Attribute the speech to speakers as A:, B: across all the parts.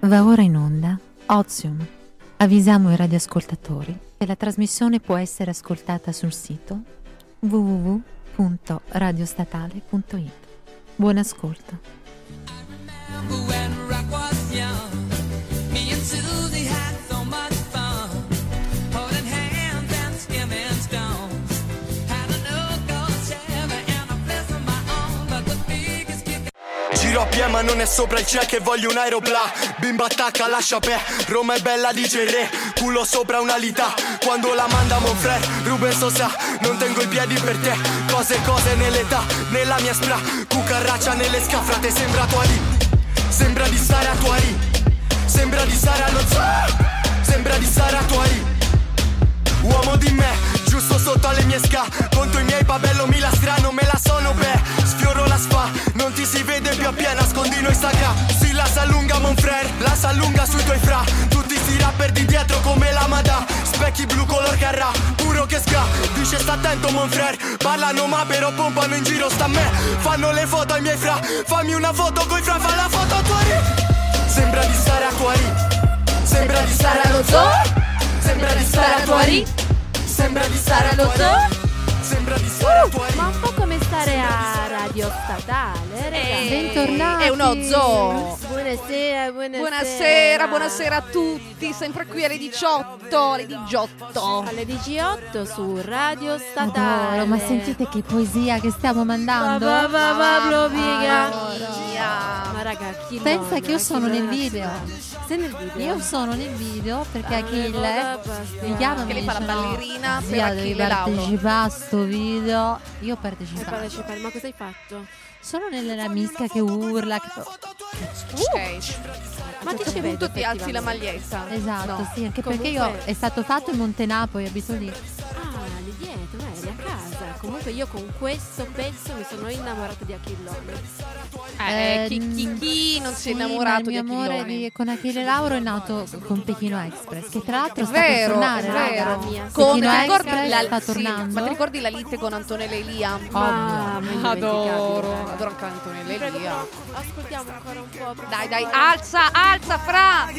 A: Va ora in onda Ozium. Avvisiamo i radioascoltatori che la trasmissione può essere ascoltata sul sito www.radiostatale.it. Buon ascolto.
B: Giro a pie ma non è sopra il c'è che voglio un aeropla Bimba attacca lascia pe Roma è bella dice il re Culo sopra un'alità Quando la manda Monfrère Ruben Sosa Non tengo i piedi per te Cose cose nell'età Nella mia spra Cucarraccia nelle scafrate Sembra Tuari Sembra di stare a Tuari Sembra di stare allo zoo Sembra di stare a Tuari Uomo di me, giusto sotto alle mie ska Conto i miei pabello mila strano, me la sono beh Sfioro la spa, non ti si vede più appiena Nascondi noi saga, si la s'allunga mon frère La s'allunga sui tuoi fra Tutti sti rapper di dietro come la madà Specchi blu color carrà, puro che ska Dice sta attento mon frère Parlano ma però pompano in giro sta a me Fanno le foto ai miei fra Fammi una foto coi fra, fa la foto a tuoi Sembra di stare a Tuari Sembra di stare allo zoo Sembra di stare a Tuari Sembra di stare a
C: Allo
B: Tuari Sembra di stare a Tuari
C: Uh, Ma un po' come stare a Radio
B: Eh,
C: Statale, ragazzi.
A: Bentornati.
D: È uno zoo.
C: Buonasera, buonasera.
D: Buonasera, buonasera a tutti. Sempre qui alle 18. Alle 18.
C: Alle 18 su Radio Statale.
A: Madoro, ma sentite che poesia che stiamo mandando?
C: Va, va, va, Pablo
D: mia.
C: Viga. Ma raga, chi
A: Pensa
C: non,
A: che io
C: chi
A: sono
C: non
A: nel
C: ha
A: video.
C: sta- Sei nel video? Eh,
A: Io sono nel video perché
C: Allora,
A: Achille
C: basta.
A: mi chiama e
C: Che
A: mi
D: lei fa la
A: dice, "No,
D: ballerina per
A: zia, devi
D: Achille Lauro."
A: partecipare a sto video. Io ho
C: Sei
A: partecipato.
C: partecipato, Ma cosa hai fatto?
A: Sono nella misca che urla. che-
D: Ok.
C: Ma
D: A
C: ti
D: questo
C: ci
D: punto ti alzi la maglietta.
A: Esatto,
D: No.
A: sì, anche perché
C: Comunque-
A: io è stato fatto in Montenapo e abito lì.
C: Ah, lì dietro, eh, lì a casa. Comunque io con questo pezzo mi sono innamorata di Achillone.
D: Eh, chi, chi,
C: mm,
A: Ehm,
D: chi non si è
A: sì, ma
D: innamorato di
A: il mio amore
D: Achillone?
A: di- con Achille Lauro è nato con Pechino Express, che tra l'altro
D: È
A: sta per
D: vero,
A: tornare.
D: è
A: raga.
D: vero.
C: mia.
D: Con,
A: Pechino
D: ti ricordi
A: Express
D: la,
A: sta
D: sì,
A: tornando?
D: ma ti ricordi la lite con Antonella Elia?
C: Ma
D: Adoro, adoro anche Antonella Elia.
C: Ascoltiamo ancora un po'. per
D: Dai,
C: favore.
D: dai, alza, alza, fra!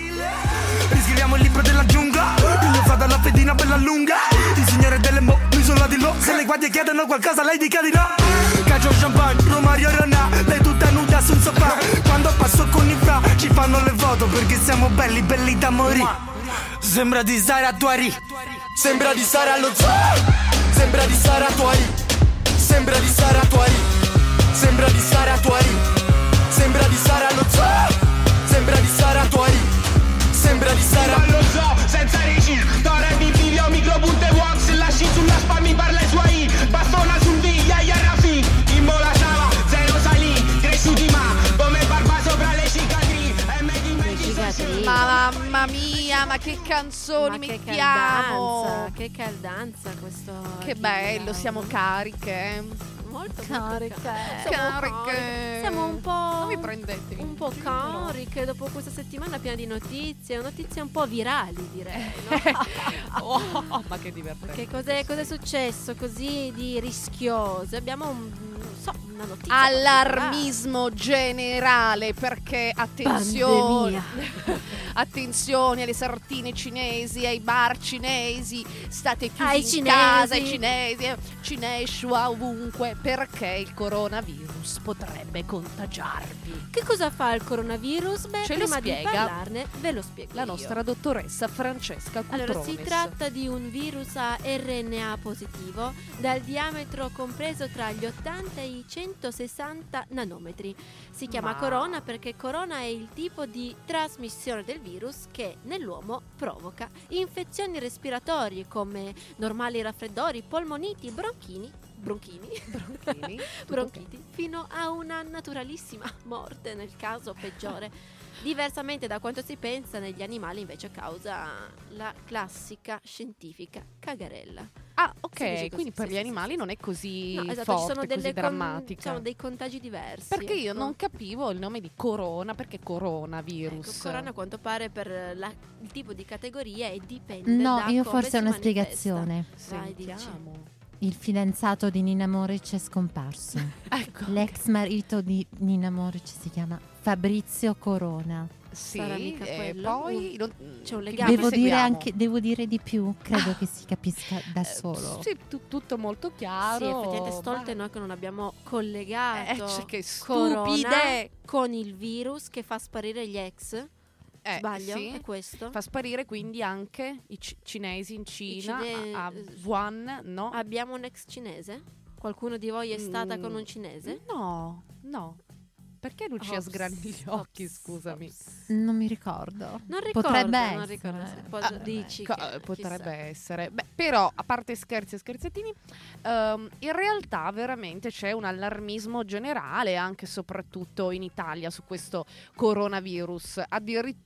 B: Riscriviamo il libro della giungla Io vado alla pedina bella lunga Il signore delle mo, l'isola di Lo Se le guardie chiedono qualcosa lei dica di no Caggio champagne, Romario Ronà Lei tutta nuda sul sofà Quando passo con i fra ci fanno le foto Perché siamo belli, belli da morire Sembra di stare a Tuari Sembra di stare allo zoo Sembra di stare a Tuari Sembra di stare a Tuari Sembra di stare a Tuari Sembra di stare allo zoo Sembra di stare a Tuari Sembra di stare a
E: Ma lo so, senza reci, torre di figlio, micro butte wax, lasci sulla spa, mi parla i suoi, bastona sul D, Yaya Rafi, immola Sava, zero salì, cresciuti ma, come barba sopra le cicatrici, e me di me di
C: Cicatrice.
D: Ma mamma mia, ma che canzoni
C: Ma che
D: mettiamo!
C: caldanza, che caldanza questo.
D: Che
C: Achille
D: bello,
C: Lauro.
D: siamo cariche. eh.
C: molto
A: Cariche.
C: molto car- Siamo
D: Cariche.
C: cariche. Siamo un po'.
D: Non mi prendetevi.
C: Un po' cariche dopo questa settimana piena di notizie, notizie un po' virali direi. no?
D: Oh, ma che divertente.
C: che cos'è, cos'è successo così di rischioso? Abbiamo un, non so, una notizia.
D: Allarmismo generale perché attenzione, attenzione alle sartine cinesi, ai bar cinesi, state chiusi
C: Ai
D: in
C: cinesi.
D: casa, ai cinesi, eh, Cineshua ovunque perché il coronavirus potrebbe contagiarvi.
C: Che cosa fa il coronavirus? Beh,
D: Ce lo
C: prima di
D: spiega
C: parlarne ve lo spiego.
D: La
C: io.
D: nostra dottoressa Francesca Cutrones.
C: Allora, si tratta di un virus a RNA positivo dal diametro compreso tra gli 80 e i 160 nanometri. Si chiama
D: Ma-
C: corona perché corona è il tipo di trasmissione del virus che nell'uomo provoca infezioni respiratorie come normali raffreddori, polmoniti, bronchini, bronchini,
D: Bronchini, tutto
C: bronchiti, fino a una naturalissima morte nel caso peggiore. Diversamente da quanto si pensa, negli animali invece causa la classica scientifica cagarella.
D: Ah,
C: Si dice
D: ok,
C: così,
D: quindi per
C: sì,
D: gli
C: sì,
D: animali
C: sì.
D: non è così
C: No, esatto,
D: forte,
C: ci
D: così
C: sono delle con-
D: drammatica.
C: sono dei contagi diversi.
D: Perché io
C: ecco.
D: non capivo il nome di corona, perché
C: Ecco,
D: coronavirus.
C: corona a quanto pare per la- il tipo di categoria e dipende
A: No,
C: da
A: io
C: come
A: forse ho
C: si
A: una
C: manifesta.
A: spiegazione.
C: Vai, dici.
D: Sentiamo.
A: Il fidanzato di Nina Moric è scomparso.
D: Ecco.
A: L'ex marito di Nina Moric si chiama Fabrizio Corona.
D: Sì,
C: Sarà mica
D: e
C: quello?
D: poi non-
C: c'è un
D: chi
C: legame.
A: Devo dire,
D: seguiamo? Ah.
A: anche, devo dire di più, credo che si capisca da
D: Eh,
A: solo.
D: Sì, tu- tutto molto
C: Sì,
D: chiaro.
C: effettivamente stolte
D: ma-
C: noi che non abbiamo
D: Eh,
C: collegato
D: cioè, che
C: corona
D: stupide!
C: con il virus che fa sparire gli ex.
D: Eh,
C: Sbaglio?
D: sì.
C: È questo?
D: Fa sparire quindi anche i ci- cinesi in Cina,
C: cine- eh,
D: a, a Wuhan, no?
C: Abbiamo un ex cinese? Qualcuno di voi è stata
D: Mm,
C: con un cinese? Oh,
D: No, no. Perché Lucia
C: Ops,
D: sgrani gli occhi,
C: ops,
D: scusami?
C: ops.
A: Non mi ricordo.
C: Non ricordo,
A: Potrebbe essere.
C: non
A: Eh,
C: ricordo se poi
A: Potrebbe
C: dici
A: essere.
D: Ah, Co- eh,
C: che-
D: potrebbe
C: chissà.
D: essere. Beh, però, a parte scherzi e scherzettini, ehm, in realtà veramente c'è un allarmismo generale, anche e soprattutto in Italia, su questo coronavirus.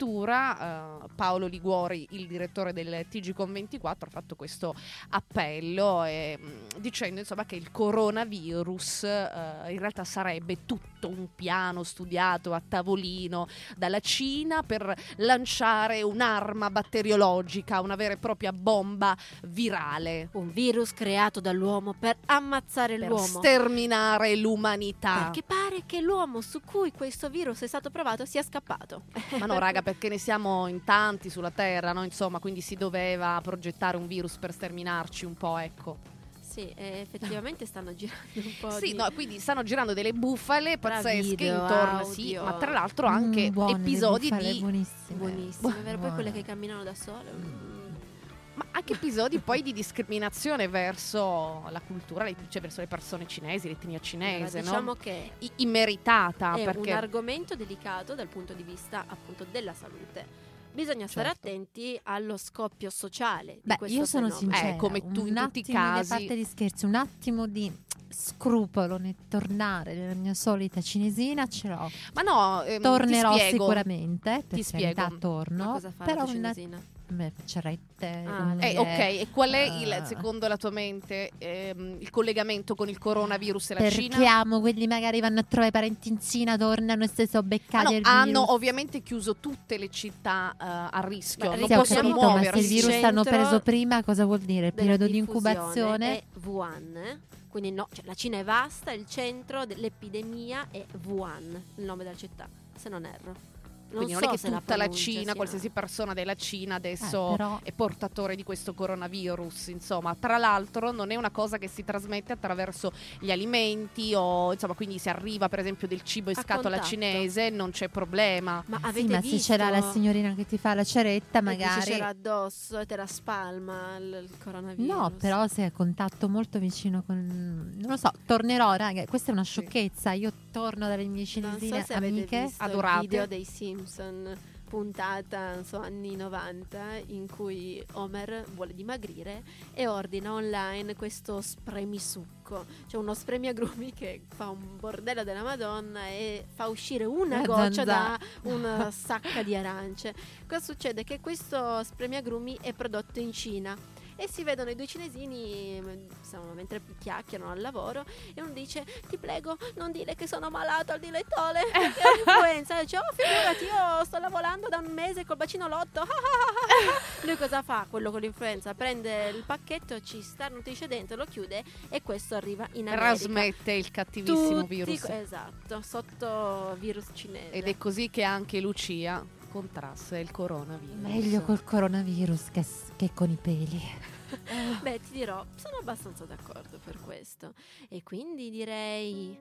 D: Addirittura eh, Paolo Liguori, il direttore del TG Con 24, ha fatto questo appello eh, mh, dicendo insomma che il coronavirus eh, in realtà sarebbe tutto un piano studiato a tavolino dalla Cina per lanciare un'arma batteriologica, una vera e propria bomba virale
C: Un virus creato dall'uomo per ammazzare
D: per
C: l'uomo.
D: sterminare l'umanità.
C: Perché pare che l'uomo su cui questo virus è stato provato sia scappato.
D: Ma no, raga, perché ne siamo in tanti sulla Terra, no? Insomma, quindi si doveva progettare un virus per sterminarci un po', ecco.
C: Sì, eh, effettivamente stanno girando un po'
D: Sì,
C: di...
D: no, quindi stanno girando delle bufale
C: Tra
D: pazzesche
C: video,
D: intorno, sì,
C: audio.
D: ma tra l'altro anche
A: Mm, buone, le
D: episodi
A: bufale
D: di
A: buonissime.
C: Buonissimo, è vero? Poi quelle che
A: Buone.
C: camminano da sole. mm.
D: ma anche episodi poi di discriminazione verso la cultura, le- cioè verso le persone cinesi, l'etnia cinese,
C: Allora, diciamo
D: Eh, no?
C: che
D: I- immeritata
C: è
D: perché
C: un argomento delicato dal punto di vista appunto della salute. Bisogna stare
D: Certo.
C: attenti allo scoppio sociale di
A: Beh,
C: questo
A: io sono
C: fenomeno.
A: sincera.
D: Eh, come tu
A: un
D: in
A: attimo
D: tutti i
A: di
D: casi.
A: parte di scherzi, un attimo di scrupolo nel tornare nella mia solita cinesina ce l'ho.
D: ma no, ehm, ti
A: Tornerò
D: spiego.
A: sicuramente, per carità
D: Ti spiego.
C: Ma
A: torno,
C: cosa fa
A: però
C: la
A: un
C: cinesina?
A: attimo cerrette,
C: Ah,
A: come
D: Eh,
A: dire,
D: ok, e qual è il,
A: eh,
D: secondo la tua mente, ehm, il collegamento con il coronavirus e la
A: Perché
D: Cina?
A: amo quelli magari vanno a trovare i parenti in Cina, tornano e se sono
D: Ah, no,
A: beccati il virus.
D: hanno ovviamente chiuso tutte le città eh, a rischio,
C: Beh,
D: non
A: Sì, ho
D: possono
A: capito,
C: ricordiamo
A: ma se
D: muoversi.
A: il virus
C: Centro
A: hanno preso prima, cosa vuol dire? Il
C: della
A: periodo di
C: diffusione
A: incubazione?
C: è Wuhan. eh? Quindi no, cioè, la Cina è vasta, il centro dell'epidemia è Wuhan, il nome della città, se non erro. Non
D: Quindi non,
C: so
D: è
C: se
D: che tutta la,
C: pronuncia
D: Cina,
C: sia-
D: qualsiasi persona della Cina
A: Eh,
D: adesso
A: però
D: è portatore di questo coronavirus, insomma. Tra l'altro non è una cosa che si trasmette attraverso gli alimenti o insomma, quindi se arriva per esempio del cibo in
C: A
D: scatola
C: contatto.
D: cinese non c'è problema.
C: Ma
A: Eh Sì,
C: avete
A: ma
C: visto?
A: se c'era la signorina che ti fa la ceretta,
C: E dice
A: magari.
C: c'era addosso e te la spalma il, il coronavirus.
A: No, però se è a contatto molto vicino con. Non lo so, tornerò, raga. Questa è una sciocchezza. Io torno dalle mie
C: non
A: cinesine
C: so se avete
A: amiche.
C: visto
D: adorate.
C: il video dei Simpson puntata non so, anni 90 in cui Homer vuole dimagrire e ordina online questo spremisucco cioè uno spremiagrumi che fa un bordello della madonna e fa uscire una
A: La
C: goccia
A: zanzara.
C: da una sacca di arance cosa succede? che questo spremiagrumi è prodotto in Cina e si vedono i due cinesini m- insomma, mentre chiacchierano al lavoro e uno dice ti prego non dire che sono malato al dilettole perché ho l'influenza E dice oh figurati io sto lavorando da un mese col bacino lotto lui cosa fa? quello con l'influenza prende il pacchetto ci starnutisce dentro lo chiude e questo arriva in America
D: Trasmette il cattivissimo
C: Tutti-
D: virus.
C: esatto sotto virus cinese
D: Ed è così che anche Lucia contrasse il coronavirus.
A: Meglio col coronavirus che, s- che con i peli.
C: Beh, ti dirò, sono abbastanza d'accordo per questo. E quindi direi.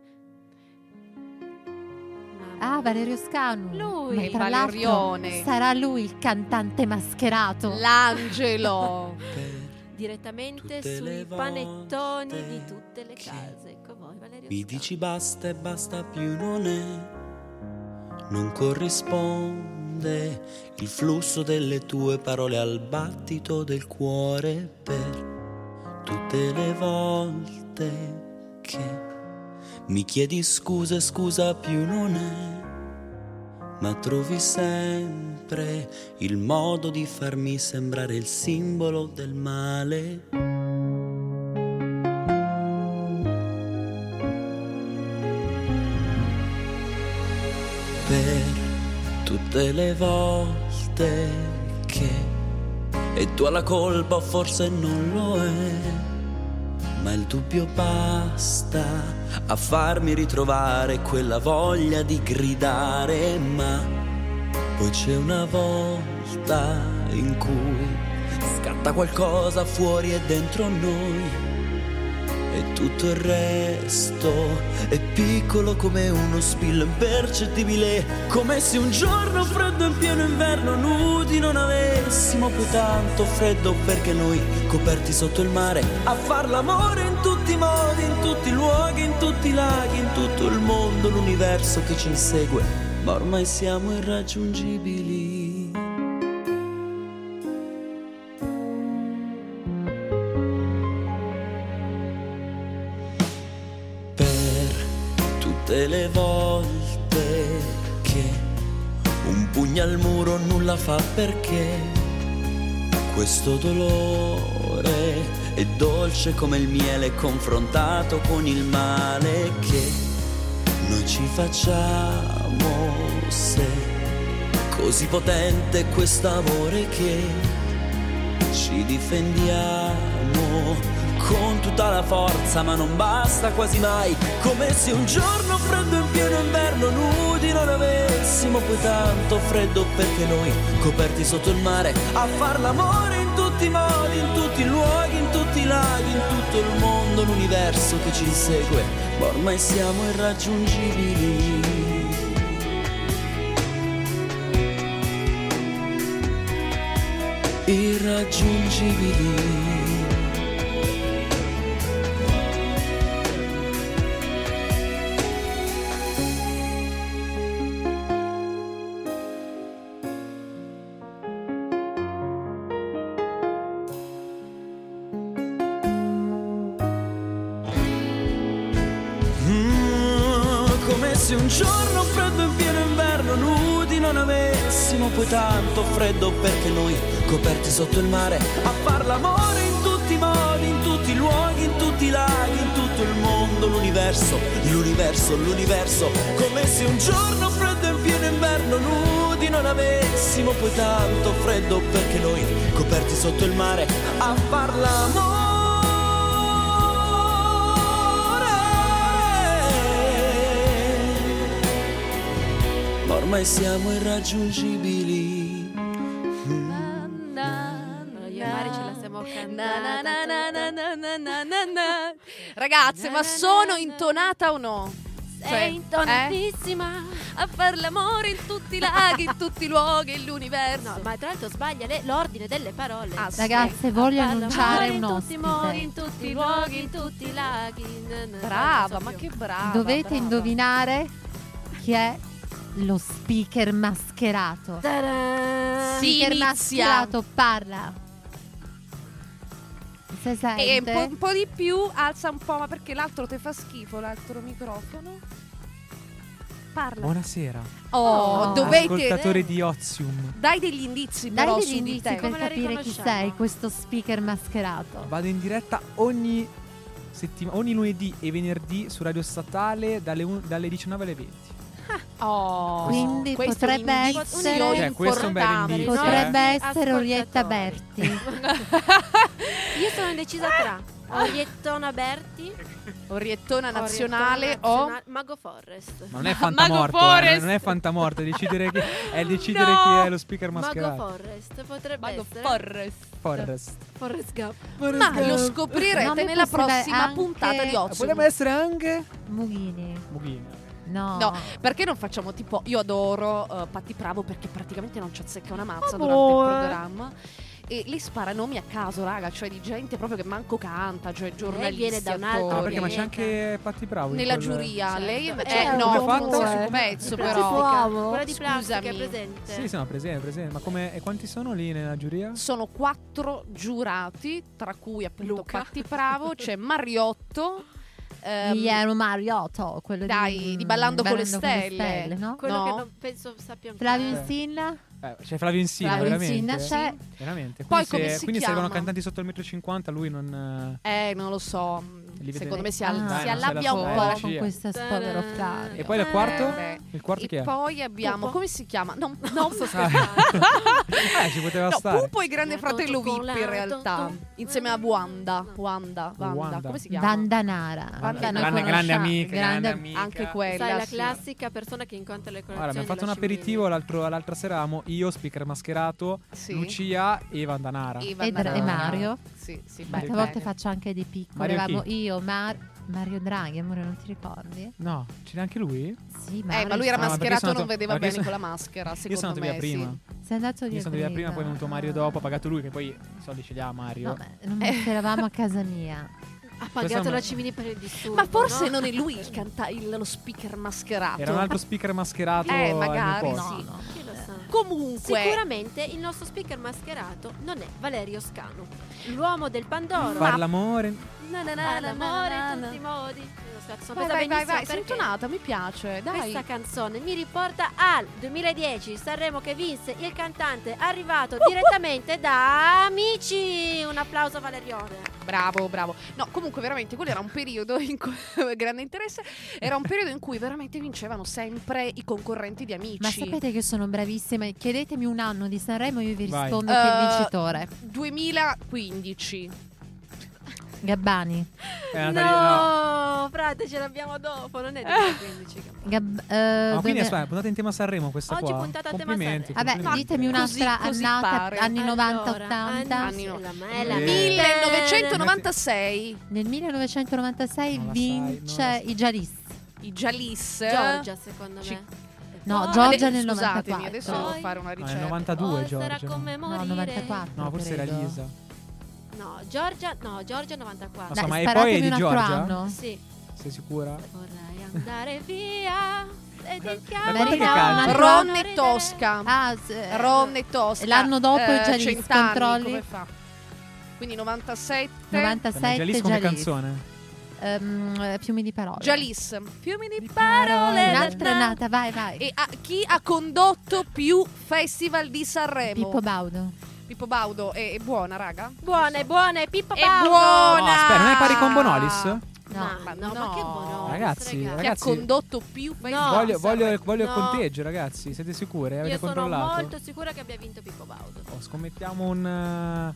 C: Mamma
A: Ah, Valerio Scanu.
C: Lui.
A: Ma tra
D: Valerione.
A: l'altro sarà lui il cantante mascherato.
D: L'angelo.
C: mia, direttamente
F: Tutte
C: sui
F: le
C: panettoni
F: volte
C: di tutte le
F: che
C: case. Ecco voi, Valerio.
F: Mi
C: Scanu.
F: dici basta e basta più non è, non corrisponde il flusso delle tue parole al battito del cuore per tutte le volte che mi chiedi scusa e scusa più non è, ma trovi sempre il modo di farmi sembrare il simbolo del male. per tutte le volte che e tu hai la colpa o forse non lo è ma il dubbio basta a farmi ritrovare quella voglia di gridare ma Poi c'è una volta in cui scatta qualcosa fuori e dentro noi e tutto il resto è piccolo come uno spillo impercettibile, come se un giorno freddo in pieno inverno nudi non avessimo più tanto freddo perché noi coperti sotto il mare a far l'amore in tutti i modi, in tutti i luoghi, in tutti i laghi, in tutto il mondo, l'universo che ci insegue, ma ormai siamo irraggiungibili. per tutte le volte che un pugno al muro nulla fa perché questo dolore è dolce come il miele confrontato con il male che noi ci facciamo se così potente è quest'amore che ci difendiamo con tutta la forza, ma non basta quasi mai. Come se un giorno freddo in pieno inverno nudi non avessimo poi tanto freddo perché noi, coperti sotto il mare, a far l'amore in tutti i modi, in tutti i luoghi, in tutti i laghi, in tutto il mondo, l'universo che ci insegue, ma ormai siamo irraggiungibili. irraggiungibili. Mm, come se un giorno freddo in pieno inverno nudi non avessimo poi tanto freddo perché noi coperti sotto il mare a far l'amore in tutti i modi, in tutti i luoghi, in tutti i laghi, in tutto il mondo, l'universo, l'universo, l'universo, come se un giorno freddo in pieno inverno nudi non avessimo poi tanto freddo perché noi coperti sotto il mare a far l'amore ma ormai siamo irraggiungibili.
C: Io e Mari ce la siamo
D: Na, na, na, na,
C: cantata.
D: na, na, na, na, na. Ragazze,
C: Na,
D: ma
C: na, na,
D: sono
C: na.
D: intonata o no? Cioè,
C: Sei intonatissima.
D: A far l'amore in tutti i laghi, in tutti i luoghi, l'universo.
C: No, ma tra l'altro sbaglia le- l'ordine delle parole.
D: Ah, sì.
A: Ragazze, voglio
C: Parla amore
A: annunciare un
C: In tutti i modi, in
A: ospite.
C: tutti i luoghi, in tutti i laghi. n- n-
D: Brava,
C: non so
D: ma
C: più.
D: che brava.
A: Dovete
D: brava.
A: indovinare chi è lo speaker mascherato.
C: Taran!
D: Sì.
A: speaker
D: inizia.
A: mascherato parla. Se sente?
D: E un po', un po' di più, alza un po', ma perché l'altro te fa schifo, l'altro microfono? Parla.
G: Buonasera,
D: Oh,
A: Oh.
D: dovete...
G: ascoltatore di Ozium.
D: Dai degli indizi,
A: Dai
D: però,
A: degli
D: su di
A: indizi
D: te.
A: per
C: Come la
A: capire chi
C: riconosciamo?
A: sei, questo speaker mascherato.
G: Vado in diretta ogni, settima- ogni lunedì e venerdì su Radio Statale dalle, un- dalle 19 alle 20.
D: Oh,
A: Quindi
D: questo è un
A: potrebbe
D: indizio
A: essere-
G: Cioè, questo è un bel
D: importante.
G: indizio,
A: Potrebbe
C: eh.
A: essere Orietta
C: Ascoltatori.
A: Berti.
C: Io sono indecisa
D: Ah!
C: tra Oriettona Berti
D: Oriettona nazionale
C: Oriettona
D: o...
C: nazionale- Mago Forest.
G: Ma non è
D: Mago
G: fantamorto, eh,
D: Forest.
G: non è fantamorto, è decidere, chi è, decidere
D: No.
G: chi è lo speaker
C: Mago
G: mascherato.
C: Forest potrebbe
D: Mago
C: essere
D: Forrest.
G: Forrest.
C: Forrest Gump.
D: Ma lo scoprirete
A: No, a me
D: nella
A: potrebbe
D: prossima
A: Eh, anche-
D: puntata di Oz.
G: Potrebbe essere anche
A: Mughini.
G: Mughini.
A: No.
D: No, perché non facciamo tipo io adoro eh, Patti Bravo perché praticamente non ci azzecca una mazza
C: Amore.
D: durante il programma. E lei spara nomi a caso, raga, cioè di gente proprio che manco canta, cioè giornalisti,
C: viene da un altro
G: Ah,
D: attori.
G: perché ma c'è
C: Orietta.
G: anche Patti Bravo in
D: nella
G: quel-
D: giuria,
C: Certo.
D: lei
C: Eh,
D: eh,
C: come
D: no,
G: ha fatto?
D: comunque, sul
G: Eh.
D: pezzo
G: Plastica.
D: però
C: Quella di plastica è
D: Scusami.
C: presente.
G: Sì, sono presente, presente. Ma come, e quanti sono lì nella giuria?
D: sono quattro giurati, tra cui appunto
C: Luca.
D: Patti Bravo, c'è Mariotto ehm,
A: Guillermo Mariotto, quello
D: dai,
A: di,
D: di Ballando con le
A: le
D: Stelle.
A: no?
C: Quello
D: No.
C: che non penso sappia ancora.
A: Flavio
G: Eh.
A: Insinna,
G: Eh, c'è Flavio Insina,
A: Flavio
G: veramente.
A: Insinna c'è.
G: Veramente.
D: Poi
G: Quindi
D: come
G: se,
D: si
G: quindi se arrivano
D: chiama?
G: cantanti sotto il metro e 50, lui non... eh,
D: Eh, non lo so.
G: È li vede-
D: Secondo me si,
A: Ah,
D: al-
A: dai,
D: si
G: non se la
D: allabbia un
G: so,
D: po'.
G: eh,
A: con
G: scia.
A: questa spavero
G: E poi
D: Eh,
G: il quarto?
D: beh.
G: Il quarto
D: e
G: che è? Ah,
D: poi abbiamo.
C: Pupo.
D: Come si chiama? No, no,
G: Eh, ci poteva
D: no
G: stare.
D: Pupo e Grande
C: Eh,
D: Fratello
C: tutto
D: VIP in
C: colato,
D: realtà.
C: tutto.
D: Insieme a Wanda. Wanda, Wanda.
G: Wanda.
D: Come si chiama?
A: Vandanara.
D: Vandanara.
A: che noi
D: Grande-
G: grande
A: conosciamo.
G: amica, grande amica.
D: Anche
C: Sai,
D: quella.
C: la
D: sì.
C: classica persona che incontra le colazioni
G: Allora, abbiamo fatto un
C: della
G: aperitivo, l'altro, l'altra sera avevamo io, speaker mascherato,
D: Sì.
G: Lucia e Vandanara.
D: E,
A: E,
D: Wanda
A: Dra- e
D: Nara.
A: Mario.
D: Sì, sì,
A: Quante
D: beh,
A: volte
D: bene.
A: faccio anche dei piccoli.
G: Mario chi?
A: Avevamo io, Mar- Mario Draghi, amore, non ti ricordi?
G: No, c'era anche lui?
A: Sì,
D: Eh,
A: Mario.
D: ma lui era
G: Ah, ma perché
D: mascherato,
G: sono
D: non
G: andato-
D: vedeva
G: ma
D: bene
G: perché
D: con la
G: sono-
D: maschera. Secondo
G: Io sono andato
D: me,
G: via prima.
A: Sei andato via ah.
G: Io sono andato via prima, poi è venuto Mario dopo, ha pagato lui, che poi i soldi ce li ha Mario.
A: No, ma non
D: Eh.
A: eravamo a casa mia.
C: Cimini. Ha
G: Questa
C: pagato
G: non-
C: la Cimini per il disturbo.
D: Ma forse
C: no?
D: non è lui il canta- il- lo speaker mascherato.
G: Era un altro speaker mascherato
D: Eh,
G: al mio
D: magari,
G: posto.
D: sì.
A: no.
C: Chi lo sa?
D: Eh. Comunque,
C: Sicuramente il nostro speaker mascherato non è Valerio Scanu, l'uomo del Pandoro.
G: Far l'amore.
C: Na na na, l'amore in tutti i modi. Io lo so,
D: vai,
C: Sono presa
D: vai, vai,
C: benissimo
D: vai, sei
C: perché
D: intonata, mi piace. Dai.
C: Questa canzone mi riporta al 2010 Sanremo che vinse il cantante arrivato direttamente da Amici. Un applauso a Valerione.
D: Bravo, bravo. No, comunque veramente quello era un periodo in cui grande interesse, era un periodo in cui veramente vincevano sempre i concorrenti di amici.
A: Ma sapete che sono bravissima? Chiedetemi un anno di Sanremo io vi
G: Vai.
A: rispondo che è il
D: Eh,
A: vincitore.
D: 2015.
A: Eh, Gabbani.
G: Eh, Natalia,
C: no, frate, ce l'abbiamo dopo. Non è 2015. che-
A: Gab- eh,
G: Ah, quindi
A: dove-
G: aspetta, puntate in tema Sanremo questa
C: Oggi
G: qua.
C: puntata a tema
G: complimenti,
C: Sanremo.
A: Vabbè,
G: complimenti.
A: ditemi un'altra
D: Così- così pare.
A: annata, anni
C: Allora,
A: 90-80.
D: Anni
C: anni-
D: no-
C: è la- è la-
G: Eh.
D: 1996
A: Nel 1996
G: Non la sai, non la
A: vince
G: sai.
A: i Jalis.
D: i Jalis.
C: Georgia, secondo
D: Ci-
C: me.
A: No,
C: Poi-
A: Giorgia
D: Ade-
A: nel
D: scusatemi,
A: 94.
D: adesso
C: Poi-
D: devo fare una
G: No, nel
D: ricerca.
G: 92
C: Oh, sarà
G: Giorgia.
C: come morire.
A: No, 94.
G: No, forse era
A: credo.
G: Lisa.
C: No, Giorgia, no, Giorgia 94.
G: so,
A: Dai,
G: ma e
A: sparatemi
G: poi è di
A: un altro
G: Giorgia?
A: anno.
C: Sì,
G: Sei sicura?
C: vorrei andare via. e
G: Ma-
C: dedicarmi
G: ma quanto che
C: a
G: canta?
C: una
D: Ron e
C: ridere.
D: Tosca.
A: Ah, s-
D: Ron e Tosca. eh,
A: L'anno dopo i Jalis,
D: cent'anni,
A: controlli.
D: come fa? Quindi 97
A: 97
G: Già lì
A: Jalis.
G: come canzone.
A: Ehm, eh, fiumi di parole.
D: Jalis. Fiumi di
G: parole.
D: parole.
A: Un'altra annata, vai, vai.
D: E a- chi ha condotto più festival di Sanremo?
A: Pippo Baudo.
D: Pippo Baudo è, è buona, raga?
C: Buona, è buona, è Pippo
D: È
C: Baudo.
D: buona!
G: No, aspetta, non è pari con Bonolis?
A: No.
C: Ma,
D: no,
C: no, ma che
D: no.
C: buono.
G: Ragazzi,
D: Chi
G: ragazzi,
D: ha condotto più festival?
C: No,
G: voglio,
C: non
G: voglio,
C: saprei.
G: voglio il
C: No.
G: conteggio, ragazzi. Siete sicuri? Avete
C: Io sono
G: controllato?
C: molto sicura che abbia vinto Pippo Baudo.
G: Oh, scommettiamo un, eh,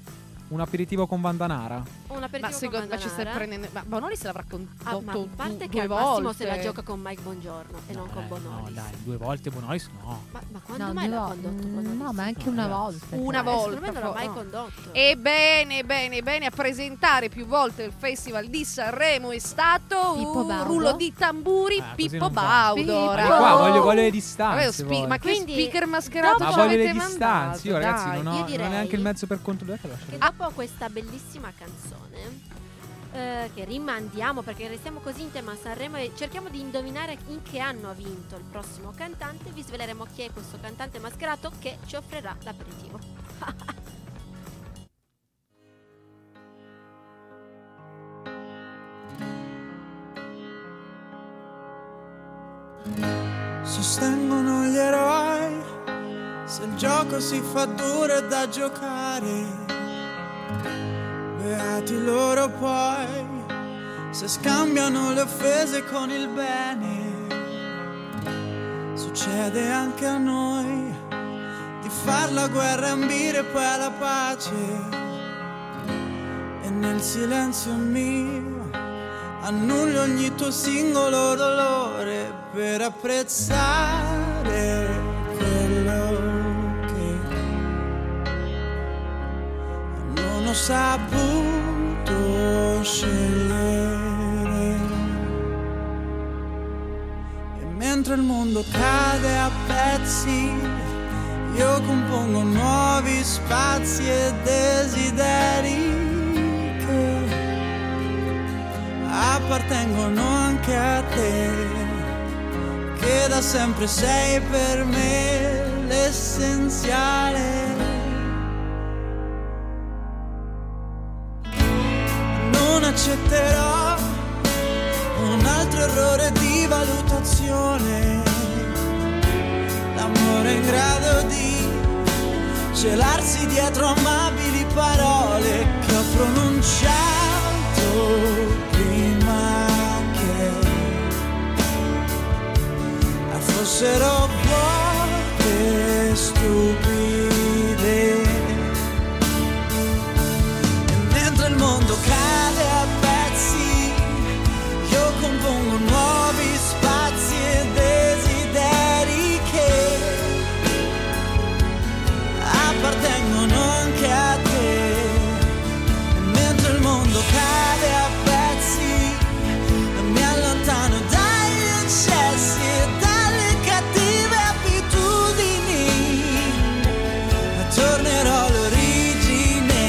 G: un aperitivo con Vandanara.
C: Un aperitivo
D: Ma secondo
C: con
D: me ci stai
C: Bananara.
D: prendendo. Ma Bonoli se l'avrà
C: Ah,
D: condotto
C: ma
D: due
C: a parte che
D: due
C: al massimo
D: volte.
C: se la gioca con Mike Buongiorno e non con
G: eh,
C: Bonolis.
G: No, dai, due volte Bonolis no.
C: Ma, ma quando
A: No,
C: mai
A: due
C: l'ha
A: volte.
C: condotto Bonolis?
A: No, ma anche
G: No,
A: una
G: ragazzi.
A: volta. Eh,
D: Una
C: Eh, Secondo me
D: volta,
C: non l'ha
D: fo-
C: mai
D: no.
C: condotto.
D: E bene, bene, bene, a presentare più volte il Festival di Sanremo è stato
A: Pippo
D: un
A: Baudo.
D: rullo di tamburi
G: Ah, così
D: Pippo
G: non va.
D: Baudo.
A: Pippo.
G: Ma
D: raga.
G: di qua voglio, voglio le
D: Vabbè,
G: distanze.
D: spi-
G: voglio.
D: ma che
C: Quindi,
D: speaker mascherato
G: Ma
D: ci
G: voglio le
D: avete
G: distanze. Io,
D: mandato,
G: ragazzi,
D: dai.
G: non ho,
C: Io
G: non ho
C: direi-
G: neanche il mezzo per controllare. Che lascia
C: Che
G: lì.
C: dopo questa bellissima canzone, eh, che rimandiamo perché restiamo così in tema Sanremo e cerchiamo di indovinare in che anno ha vinto il prossimo cantante, vi sveleremo chi è questo cantante mascherato che ci offrirà l'aperitivo.
H: Sostengono gli eroi se il gioco si fa duro è da giocare. Beati loro poi se scambiano le offese con il bene. Succede anche a noi di far la guerra ambire poi alla pace. E nel silenzio mio annullo ogni tuo singolo dolore per apprezzare quello che non ho saputo scegliere. E mentre il mondo cade a pezzi, io compongo nuovi spazi e desideri che appartengono anche a te, che da sempre sei per me l'essenziale. Non accetterò un altro errore di valutazione, l'amore in grado di celarsi dietro amabili parole che ho pronunciato prima. fossero vuote e stupide. E mentre il mondo cade a pezzi, io compongo nuovi spazi e desideri che appartengono anche a te. E mentre il mondo cade a pezzi, mi allontano dagli eccessi e dalle cattive abitudini ma tornerò all'origine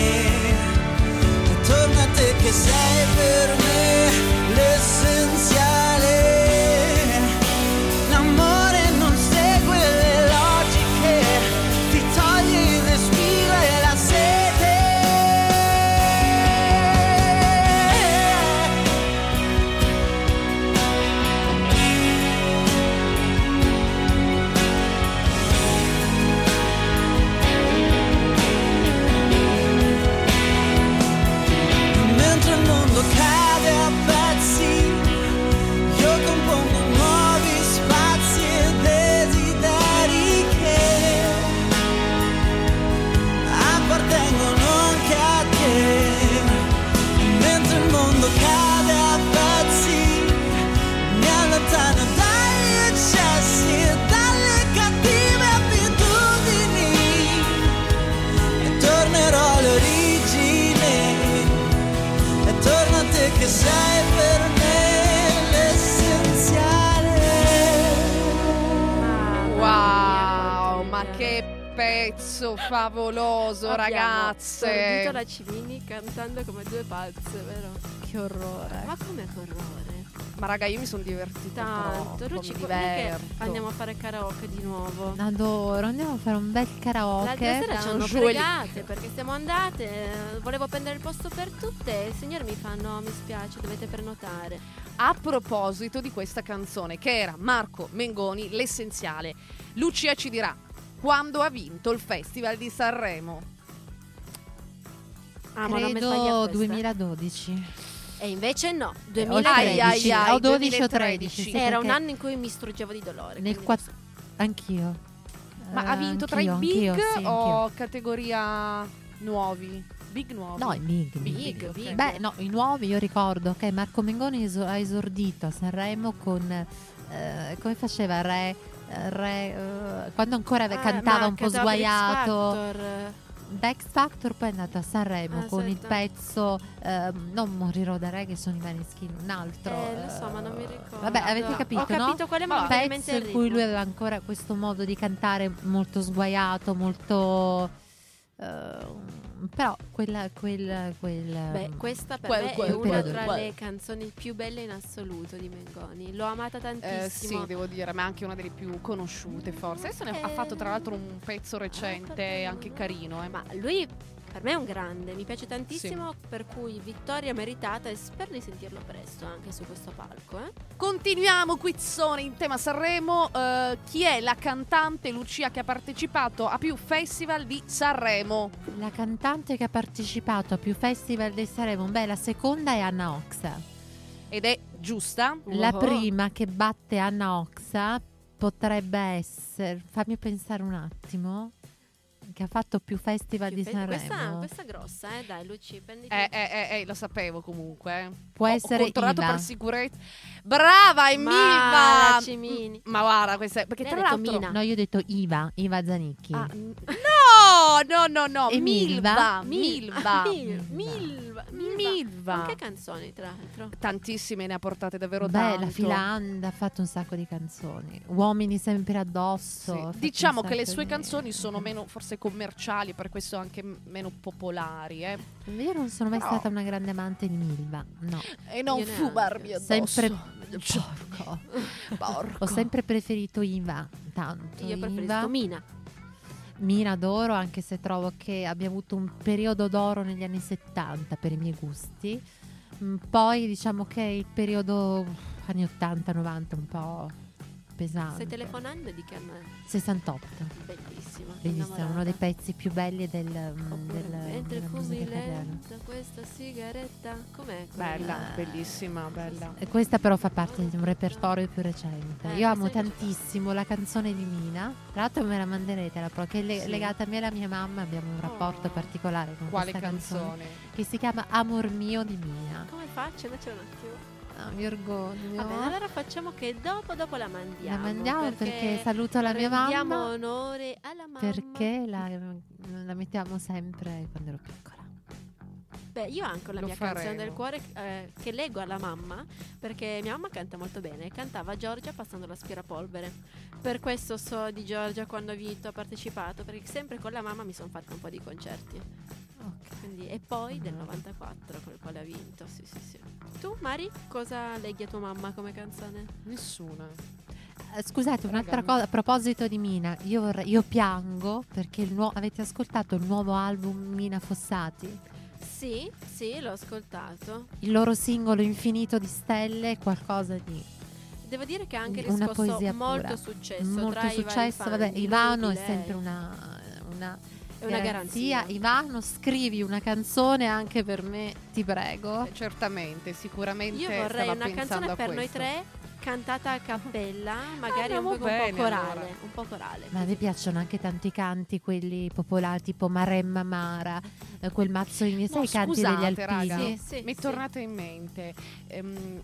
H: e torna a te che sei per me l'essenziale l'amore non segue le logiche ti toglie il respiro e la sete Mentre il mondo cade a pezzi, io compongo nuovi spazi e desideri che appartengono anche a te. Mentre il mondo cade a pezzi, mi allontano dagli eccessi e dalle cattive abitudini e tornerò all'origine e torna a te che sei per me l'essenziale.
D: Wow, ma che pezzo favoloso,
C: Abbiamo
D: ragazze!
C: la Cimini cantando come due pazze, vero?
D: Che orrore!
C: Ma come che orrore?
D: Ma raga, io mi sono divertita
C: Tanto,
D: troppo,
C: Rucci,
D: mi
C: quando è che
D: diverto.
C: andiamo a fare karaoke di nuovo.
A: Adoro, andiamo a fare un bel
C: L'altra
A: karaoke.
C: sera ci hanno
D: Giulia.
C: fregate perché siamo andate, eh, volevo prendere il posto per tutte e il signore mi fa no, mi spiace, dovete prenotare.
D: A proposito di questa canzone, che era Marco Mengoni, l'essenziale, Lucia ci dirà quando ha vinto il Festival di Sanremo.
C: Ah, ma non mi sbaglio
A: Credo 2012.
C: E invece no,
A: o 13,
C: 2013.
D: Ai, ai, ai,
A: o 12 o
D: 2013.
A: 13. sì,
C: Era un
A: perché
C: anno in cui mi struggevo di dolore.
A: Nel
C: quindi-
A: 4 anch'io.
D: Ma
A: Eh,
D: ha vinto tra i
A: anch'io,
D: big
A: anch'io, sì,
D: o
A: anch'io.
D: categoria nuovi? Big nuovi?
A: No, i big, i
D: Big,
A: big.
C: Big,
D: ok.
C: big.
A: Beh, no, i nuovi io ricordo che Marco Mengoni eso- ha esordito a Sanremo con eh, come faceva Re, Re eh, quando ancora
C: Ah,
A: cantava
C: ma
A: un po'
C: cantava per X
A: sguaiato.
C: Factor.
A: Dex Factor poi è andato a Sanremo
C: Ah,
A: con il
C: aspetta.
A: pezzo eh, non Morirò da Re che sono i Maneskin, un altro.
C: Eh, lo so, ma non mi
A: eh,
C: ricordo.
A: Vabbè, avete capito,
C: Ho capito
A: no?
C: quale
D: Ma
C: ma
A: Un
C: mi viene in mente
A: pezzo
C: il
A: in cui
C: ritmo.
A: lui aveva ancora questo modo di cantare molto sguaiato, molto eh, però quella quel, quel
C: Beh, questa per
D: Quel-
C: me
D: quel
C: è una
A: periodo.
C: tra
D: Quel-
C: le canzoni più belle in assoluto di Mengoni. L'ho amata
D: Eh,
C: tantissimo.
D: sì, devo dire, ma è anche una delle più conosciute forse. Adesso ne ha
C: Eh,
D: fatto tra l'altro un pezzo recente,
C: perché no?
D: anche carino. eh.
C: Ma lui per me è un grande, mi piace tantissimo, per cui vittoria meritata e spero di sentirlo presto anche su questo palco. Eh?
D: Continuiamo quizzone in tema Sanremo. Eh, chi è la cantante Lucia che ha partecipato a più festival di Sanremo?
A: La cantante che ha partecipato a più festival di Sanremo, beh, la seconda è Anna Oxa.
D: Ed è giusta?
A: La
C: Wow.
A: prima che batte Anna Oxa potrebbe essere, fammi pensare un attimo, che ha fatto più festival di
C: Più fe- questa,
A: Sanremo.
C: questa è grossa, eh? dai Luci, prenditi.
D: Eh, eh, eh, eh, lo sapevo comunque. eh.
A: Può
D: Ho-
A: essere
D: Ho controllato
A: Iva.
D: per sicurezza. Brava
C: Ma,
D: Emilva!
C: la Cimini.
D: Ah, Ma guarda, questa è... Perché
C: Lei
D: tra
C: ha detto
D: l'altro...
C: Mina.
A: No, io ho detto Iva, Iva Zanicchi.
D: Ah, n- no,
C: mm.
D: no, no, no.
A: E
D: Oh, Milva.
A: Milva?
D: Milva.
C: Mil- Mil-
A: Milva.
C: Milva.
D: Milva.
C: Con che canzoni, tra l'altro?
D: Tantissime ne ha portate davvero
A: Beh,
D: tanto.
A: la Filanda ha fatto un sacco di canzoni. Uomini sempre
D: Sì.
A: addosso. ha fatto
D: Diciamo
A: un
D: che le
A: sacco
D: sue
A: di-
D: canzoni sono meno forse commerciali, per questo anche m- meno popolari. Eh.
A: Io non sono mai
D: No.
A: stata una grande amante di Milva, no.
D: E non
C: Io neanche.
D: fumarmi addosso.
A: Sempre
D: Porco. Porco.
A: Ho sempre preferito Iva, tanto.
C: Io preferisco
A: Iva.
C: Mina.
A: Mina adoro, anche se trovo che abbia avuto un periodo d'oro negli anni 70 per i miei gusti. Mm, Poi diciamo che il periodo anni 80-90 un po' pesante.
C: Stai telefonando di che anno è?
A: 68.
C: Bellissima.
A: Bellissimo, è uno
C: innamorata.
A: dei pezzi più belli del, mm,
C: Oppure,
A: del,
C: mentre
A: della musica
C: fumi
A: italiana.
C: lenta questa sigaretta. Com'è? quella?
D: Bella, bellissima, bella.
A: E Questa però fa parte di un repertorio più recente.
C: Eh,
A: Io amo
C: questa mi piace
A: tantissimo la canzone di Mina. Tra l'altro me la manderete la pro, che è le-
D: Sì.
A: legata a me e alla mia mamma, abbiamo un rapporto
C: Oh.
A: particolare con
D: Quale
A: questa canzone,
D: canzone?
A: che si chiama Amor mio di Mina.
C: Come faccio? Invece un attimo.
A: Ah, mi orgoglio.
C: Va bene, allora facciamo che dopo dopo la mandiamo.
A: la mandiamo perché, saluto la mia
C: rendiamo
A: mamma
C: onore alla mamma.
A: perché la, la mettiamo sempre quando ero piccola.
C: Beh, io anche ho la
D: Lo
C: mia canzone del
D: faremo.
C: cuore eh, che leggo alla mamma perché mia mamma canta molto bene. Cantava Giorgia passando l'aspirapolvere. Per questo so di Giorgia quando ha vinto, ha partecipato perché sempre con la mamma mi sono fatta un po' di concerti.
A: Ok. Mm-hmm.
C: Quindi- e poi del 94 col quale ha vinto. Sì, sì, sì. Tu, Mari, cosa leghi a tua mamma come canzone?
D: Nessuna.
A: Eh, Scusate, un'altra
D: Raga, mi-
A: cosa a proposito di Mina, io, vorrei- io piango perché il nuo- avete ascoltato il nuovo album Mina Fossati?
C: Sì, sì, l'ho ascoltato.
A: Il loro singolo Infinito di Stelle è qualcosa di
C: Devo dire che ha anche
A: Una
C: riscosso
A: poesia
C: molto
A: pura.
C: successo.
A: molto
C: tra i vari
A: successo.
C: fan
A: Vabbè,
C: di
A: Ivano
C: lui,
A: è
C: lei.
A: sempre una, una,
C: È una garanzia.
A: Ivano, scrivi una canzone anche per me, ti prego.
D: Eh, Certamente, sicuramente.
C: Io vorrei
D: stava
C: una canzone
D: pensando a
C: per noi
D: questo.
C: tre cantata a cappella, magari
D: andiamo
C: un, po', un po'
D: bene,
C: corale,
D: allora.
C: un po' corale.
A: Ma vi piacciono anche tanto i canti, quelli popolari tipo Maremma Mara, eh, quel mazzo di miei,
D: No,
A: sai i canti degli
D: scusate,
A: alpini?
D: raga.
C: Sì, sì,
D: Mi è
C: sì.
D: tornata in mente. ehm,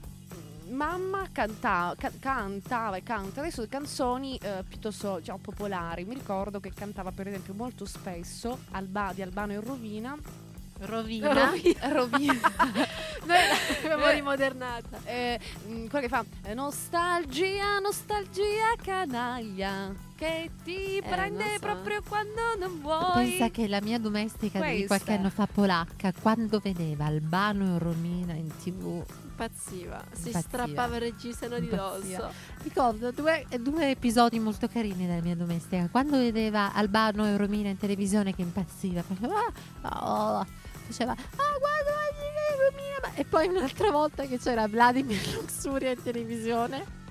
D: Mamma cantava, ca- cantava e canta adesso canzoni eh, piuttosto diciamo, popolari. Mi ricordo che cantava per esempio molto spesso Alba, di Albano in rovina.
A: Rovina.
D: rovina.
C: Noi l'abbiamo rimodernata.
D: Eh, mh, quella che fa eh, nostalgia, nostalgia canaglia che ti prende
C: Eh, non so.
D: proprio quando non vuoi.
A: Pensa che la mia domestica di
D: Questa.
A: qualche anno fa polacca, quando vedeva Albano e Romina in tv,
C: Impazziva, si
A: Impazziva.
C: strappava il reggiseno di
A: Impazziva.
C: dosso.
A: ricordo due, due episodi molto carini della mia domestica. Quando vedeva Albano e Romina in televisione che impazziva, faceva ah, oh", faceva ah guarda guarda, Romina ma-" e poi un'altra volta che c'era Vladimir Luxuria in televisione.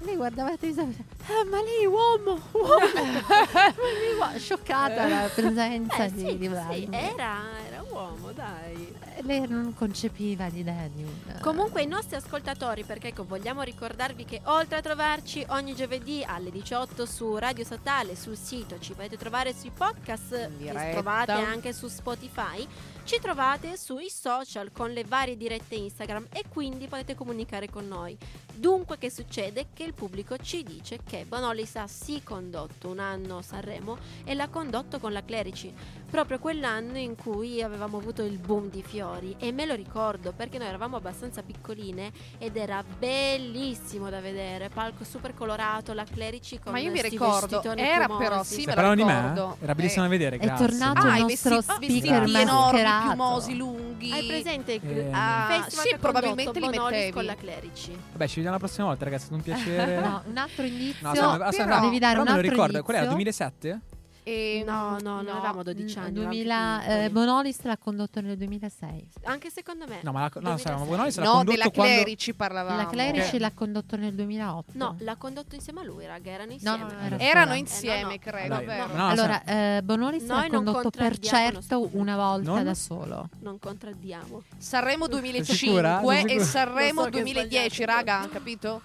A: Lei guardava la televisione e faceva, "Ah, ma lei è uomo, uomo, Ma lei è uomo. scioccata la presenza
C: Eh,
A: di,
C: sì,
A: di
C: sì,
A: Vladimir.
C: era, era uomo, dai.
A: Lei non concepiva l'idea di un... eh,
D: Eh.
C: Comunque i nostri ascoltatori, perché ecco, vogliamo ricordarvi che oltre a trovarci ogni giovedì alle 18 su Radio Statale, sul sito, ci potete trovare sui podcast,
D: In
C: che
D: diretta.
C: trovate anche su Spotify, ci trovate sui social con le varie dirette Instagram e quindi potete comunicare con noi. Dunque che succede? Che il pubblico ci dice che Bonolis ha sì condotto un anno Sanremo e l'ha condotto con la Clerici proprio quell'anno in cui avevamo avuto il boom di fiori e me lo ricordo perché noi eravamo abbastanza piccoline ed era bellissimo da vedere, palco super colorato, la Clerici con
D: Ma io mi
C: sti
D: ricordo,
C: vestitoni
D: era
C: piumosi.
D: però sì,
G: Stai
D: me la
G: parlando di me? eh?
D: ricordo.
G: Era bellissimo da vedere,
A: È
G: grazie.
A: tornato
D: Ah,
A: il
D: i
A: nostro
D: vesti-
A: speaker
D: vestiti enormi,
A: mascherato.
D: piumosi, lunghi.
C: Hai presente il
G: Eh,
D: Ah,
C: festival
D: sì,
C: che ha condotto
D: probabilmente li
C: Bonolis
D: mettevi.
C: con la Clerici?
G: Vabbè, ci vediamo la prossima volta, ragazzi, è stato un piacere.
A: No, un altro indizio.
G: No, aspetta, aspetta,
D: però-
G: però me
A: devi dare un
G: lo
A: altro
G: ricordo,
A: indizio.
G: quella era 2007?
D: E-
C: Ehm, No, no, non avevamo 12
A: mm,
C: anni.
A: 2000,
C: eravamo
A: eh,
C: piccoli.
A: Bonolis l'ha condotto nel 2006.
C: Anche secondo me.
G: Ah, No, ma la, no, sarà, ma Bonolis l'ha
D: No,
G: condotto
D: della
G: quando...
D: Clerici parlavamo.
A: La Clerici
G: ok.
A: l'ha condotto nel 2008.
C: No, l'ha condotto insieme a lui, raga, erano
A: no,
C: insieme.
A: no, era-
D: Erano
A: Eh,
D: insieme,
C: no, no.
D: credo,
G: Allora,
D: vero?
G: Ah, no, cioè,
A: allora,
G: sarà-
A: eh, Bonolis
C: Noi
A: l'ha
C: non
A: condotto per
C: contraddiamo lo
A: certo
C: studio.
A: una volta
G: Non?
A: da solo.
C: Non contraddiamo.
D: Sanremo
G: sicura?
D: 2005
G: Sei
D: e
G: sicura?
D: Sanremo
C: Lo so che è
D: 2010,
C: sbagliato.
D: raga, capito?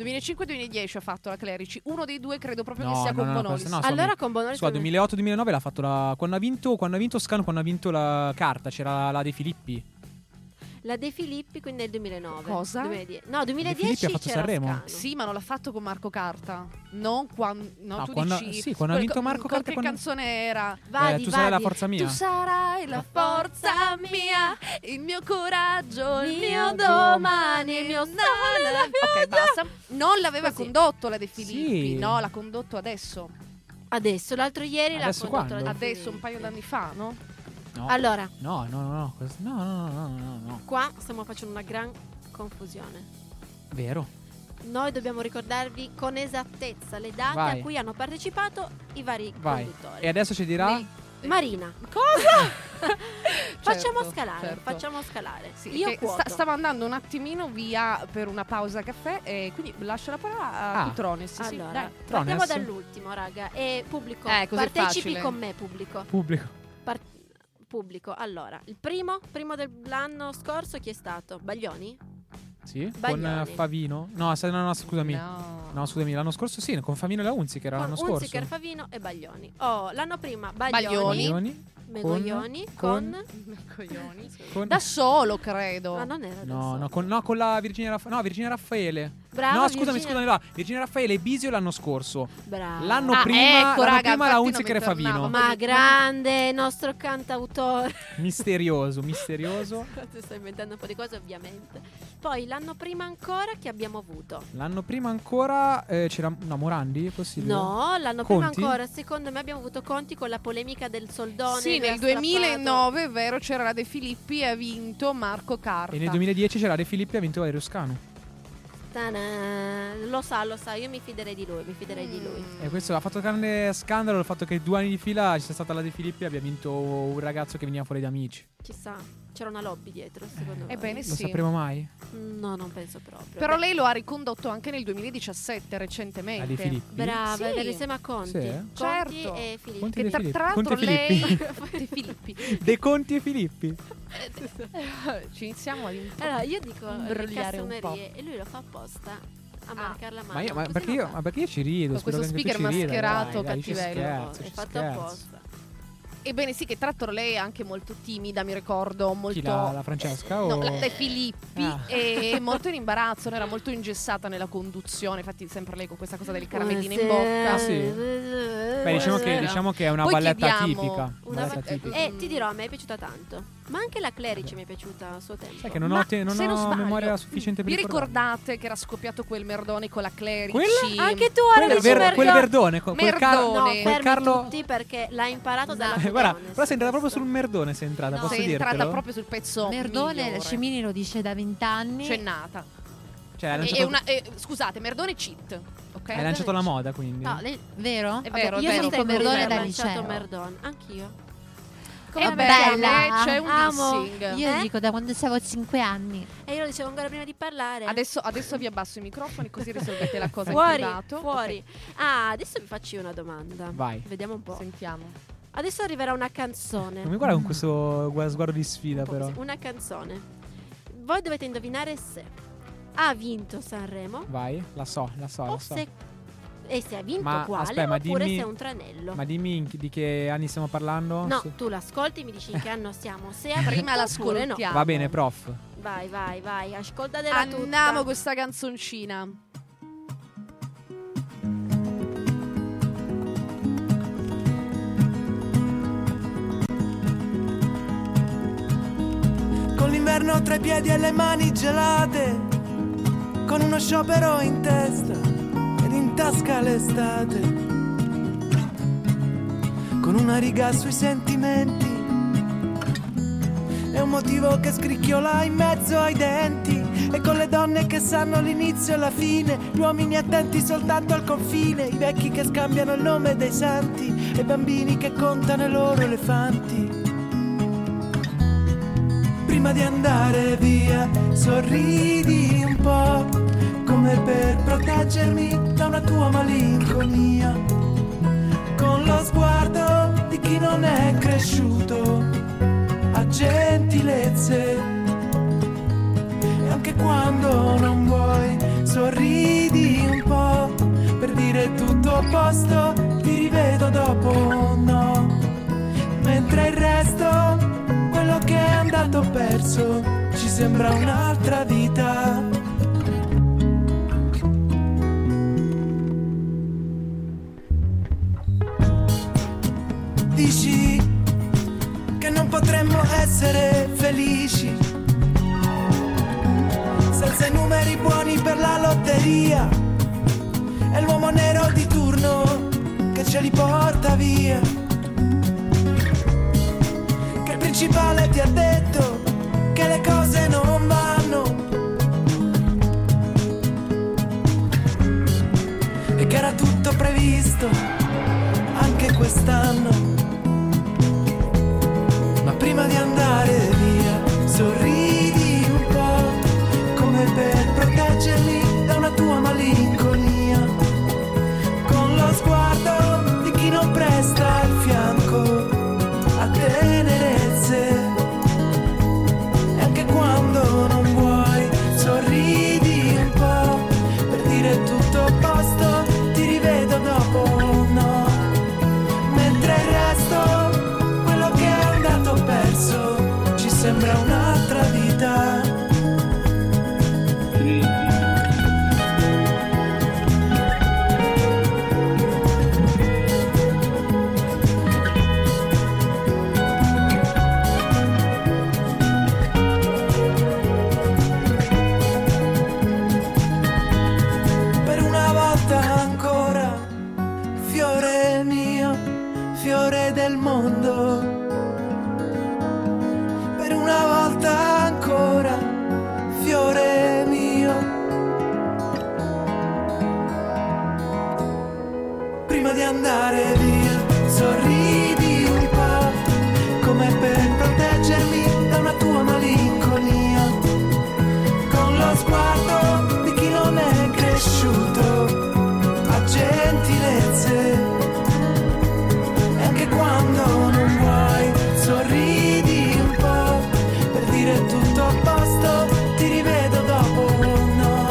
D: 2005-2010 ha fatto la Clerici. Uno dei due credo proprio
G: No,
D: che sia
G: no,
D: con
G: no,
D: Bonolis.
G: questo no. scusami.
C: allora con Bonolis
G: Scusa, 2008-2009 l'ha fatto la... Quando ha vinto, quando ha vinto Scano, quando ha vinto la carta, c'era la De Filippi.
C: La De Filippi quindi nel 2009.
D: Cosa?
C: 2010. No,
G: De
C: 2010
G: Filippi ha fatto
C: c'era
G: Sanremo?
C: Scano.
D: Sì, ma non l'ha fatto con Marco Carta. Non quando. No,
G: No,
D: tu
G: quando-
D: dici.
G: sì, quando ha
D: Quel-
G: vinto Marco
D: con
G: Carta
D: Che
G: quando-
D: canzone era?
C: Vadi,
G: Eh, tu sarai la
C: vadi.
G: forza mia.
D: Tu sarai la forza mia, il mio coraggio, il
C: Mio
D: mio
C: domani,
D: domani,
C: il
D: il
C: mio
D: mio
C: sole, la mia
D: Ok, basta. Non l'aveva
C: Così.
D: condotto la De Filippi,
G: Sì.
D: no, l'ha condotto adesso.
C: Adesso, l'altro ieri l'ha
G: Adesso
C: condotto
G: quando?
C: la De
D: Adesso, un
C: Filippi.
D: paio d'anni fa, no?
G: No.
C: Allora,
G: No, no, no, no, questo- no, no, no, no, no, no.
C: qua stiamo facendo una gran confusione.
G: Vero.
C: Noi dobbiamo ricordarvi con esattezza le date
G: Vai.
C: a cui hanno partecipato i vari
G: Vai.
C: conduttori.
G: E adesso ci dirà
D: Nei-
C: Marina,
D: Cosa?
C: facciamo
D: Certo,
C: scalare,
D: certo.
C: facciamo scalare.
D: Sì,
C: Io
D: che sta-
C: cuoto.
D: stavo andando un attimino via per una pausa caffè e quindi lascio la parola a
G: Ah.
D: Cutrones. Sì,
C: Allora,
D: dai.
C: Partiamo
G: Trones?
C: dall'ultimo, raga. E pubblico,
D: Eh, così è
C: partecipi
D: facile.
C: con me, pubblico.
G: Pubblico.
C: Par- pubblico. Allora, il primo, primo dell'anno scorso chi è stato? Baglioni?
G: Sì? Con
C: Baglioni.
G: eh, Favino? No, se- no, no, scusami. No.
D: No.
G: scusami, l'anno scorso sì, con Favino e la Unzi, che era l'anno
C: con
G: scorso.
C: Unziker, Favino e Baglioni. Oh, l'anno prima
D: Baglioni.
C: Baglioni,
G: Baglioni,
C: Megoglioni con,
G: con-
D: Coglioni.
G: con- Ah,
D: Da solo, credo.
C: Ma non era da
G: No,
C: solo.
G: no, con, no, con la Virginia Raffaele. No, Virginia Raffaele.
C: Brava,
G: no, scusami,
C: Virginia-
G: scusami. Va. Virginia Raffaele e Bisio l'anno scorso.
C: Brava.
G: L'anno
D: Ah,
G: prima,
D: ecco,
G: l'anno
D: raga,
G: prima la
D: infatti
G: Unzi
D: non mi
G: che era
D: tornava.
G: Favino.
C: Ma grande il nostro cantautore.
G: Misterioso, misterioso.
C: Ti sto inventando un po' di cose, ovviamente. Poi l'anno prima ancora che abbiamo avuto?
G: L'anno prima ancora eh, c'era no, Morandi, è possibile?
C: No, l'anno
G: Conti?
C: prima ancora, secondo me abbiamo avuto Conti con la polemica del soldone.
D: Sì,
C: lui ha
D: nel
C: strappato.
D: 2009 è vero c'era la De Filippi e ha vinto Marco Carta.
G: E nel 2010 c'era De Filippi e ha vinto Valerio Scanu.
C: Ta-da. Lo sa, lo sa, io mi fiderei di lui, mi fiderei di lui.
D: Mm.
G: E questo ha fatto grande scandalo il fatto che due anni di fila ci sia stata la De Filippi e abbia vinto un ragazzo che veniva fuori da amici.
C: Chissà, c'era una lobby dietro, secondo me.
D: Ebbene
G: Lo
D: Eh, sì.
G: sapremo mai?
C: No, non penso proprio.
D: Però
C: Beh,
D: lei lo ha ricondotto anche nel 2017 recentemente.
G: La De Filippi.
C: Brava,
D: Sì.
C: è vero, insieme a Conti.
G: Sì, eh?
C: Conti
D: Certo.
C: e Filippo.
G: Conti
D: Che
G: De
D: tra,
G: Filippi.
D: tra l'altro
G: Conti e
D: lei...
G: Filippi.
D: De Filippi.
G: De Conti e Filippi.
D: Ci iniziamo ad
C: Allora, io dico eh, le
D: Imbrogliare un po'. Ah.
C: cassonerie e lui lo fa apposta a marcare la mano.
G: Ma io, ma
C: Così
G: perché,
C: lo
G: io,
C: fa.
G: ma perché io ci rido?
D: Con
G: Spero
D: questo
G: che anche tu
D: speaker
G: ci rida,
D: mascherato,
G: dai, dai, ci
D: cattivello.
G: scherzo,
C: è
G: ci
C: fatto
G: scherzo.
C: apposta.
D: Ebbene sì, che tra l'altro lei è anche molto timida, mi ricordo, molto...
G: Chi la, la Francesca? o...
D: No, la De Filippi
G: Ah.
D: e molto in imbarazzo, non era molto ingessata nella conduzione, infatti sempre lei con questa cosa delle caramelline in
C: Buonasera.
D: bocca.
G: Ah, sì?
C: Eh,
G: Beh, diciamo che, diciamo che è una
D: Poi
G: balletta
D: chiediamo
G: tipica.
D: una
G: balletta
D: va- eh,
G: tipica.
D: eh,
C: E ti dirò, a me è piaciuta tanto. Ma anche la Clerici mi è piaciuta a suo tempo.
G: Sai che non
D: Ma
G: ho, te- non
D: se
G: ho
D: non sbaglio,
G: memoria sufficiente per
D: Vi
G: ricordarmi.
D: ricordate che era scoppiato quel merdone con la clerici?
G: Quella?
C: Anche tu ora
G: Quello,
C: dici
G: ver-
C: Mergo-
G: quello verdone, co- quel, car-
D: Merdone.
C: No,
D: Quel
C: fermi
G: Carlo-
C: tutti perché l'ha imparato dalla
G: Eh,
C: Clerici.
G: guarda, però sei entrata proprio sul merdone, sei entrata,
C: No.
G: posso
D: Sei
G: dirtelo?
D: entrata proprio sul pezzo
A: Merdone,
D: migliore.
A: Scimini lo dice da vent'anni.
D: C'è nata.
G: Cioè, hai
D: E-
G: lanciato,
D: e una- e- scusate, merdone cheat. Ok?
G: hai lanciato la moda, quindi.
A: No, lei- vero?
D: È
A: Vabbè,
D: vero, è
A: io
D: vero.
A: dico Merdone da liceo.
C: Merdone, anch'io.
D: È
A: Com'è
D: bella,
A: bella?
D: c'è un
C: Amo.
D: dissing.
A: Io
C: Eh?
A: dico da quando avevo 5 anni.
C: E io lo dicevo ancora prima di parlare.
D: Adesso, adesso vi abbasso i microfoni così risolvete la cosa in
C: fuori,
D: privato.
C: fuori. Ah, adesso vi faccio io una domanda.
G: Vai.
C: Vediamo un
D: Ok,
C: po'.
D: Sentiamo.
C: Adesso arriverà una canzone.
G: Non mi guarda con questo gua- sguardo di sfida,
C: Un po'
G: però.
C: così, Una canzone. Voi dovete indovinare se ha vinto Sanremo
G: Vai, la so, la so,
C: o
G: la so.
C: se e se ha vinto
G: Ma,
C: quale
G: aspetta, ma
C: oppure
G: dimmi-
C: se è un tranello.
G: Ma dimmi in chi- di che anni stiamo parlando?
C: Esatto. No,
G: Se-
C: tu l'ascolti e mi dici in che anno siamo. Se ha
D: Prima
C: vinto oppure no.
D: l'ascoltiamo.
G: Va bene, prof.
C: Vai, vai, vai, ascoltatela
D: Andiamo
C: tutta.
D: con questa canzoncina.
I: Con l'inverno tra i piedi e le mani gelate, con uno sciopero in testa ed in tasca l'estate, con una riga sui sentimenti è un motivo che scricchiola in mezzo ai denti e con le donne che sanno l'inizio e la fine gli uomini attenti soltanto al confine i vecchi che scambiano il nome dei santi e i bambini che contano i loro elefanti prima di andare via sorridi un po' come per proteggermi da una tua malinconia con lo sguardo di chi non è cresciuto a gentilezze e anche quando non vuoi sorridi un po' per dire tutto a posto ti rivedo dopo no mentre il resto, quello che è andato perso, ci sembra un'altra vita. Dici che non potremmo essere felici senza i numeri buoni per la lotteria. È l'uomo nero di turno che ce li porta via che il principale ti ha detto che le cose non vanno e che era tutto previsto anche quest'anno prima di andare via sorridi un po' come per proteggerli da una tua malinconia con lo sguardo di chi non presta il fianco a tenerezze e anche quando non vuoi sorridi un po' per dire tutto a posto ti rivedo dopo un no mentre il resto quello che è andato perso ci sembra un'altra vita per una volta ancora, fiore mio, fiore del mondo. Per una volta ancora, fiore mio. Prima di andare via, sorridi un po', come per proteggermi da una tua malinconia con lo sguardo di chi non è cresciuto a gentilezze. E anche quando non vuoi, sorridi un po' per dire tutto a posto. Ti rivedo dopo un no.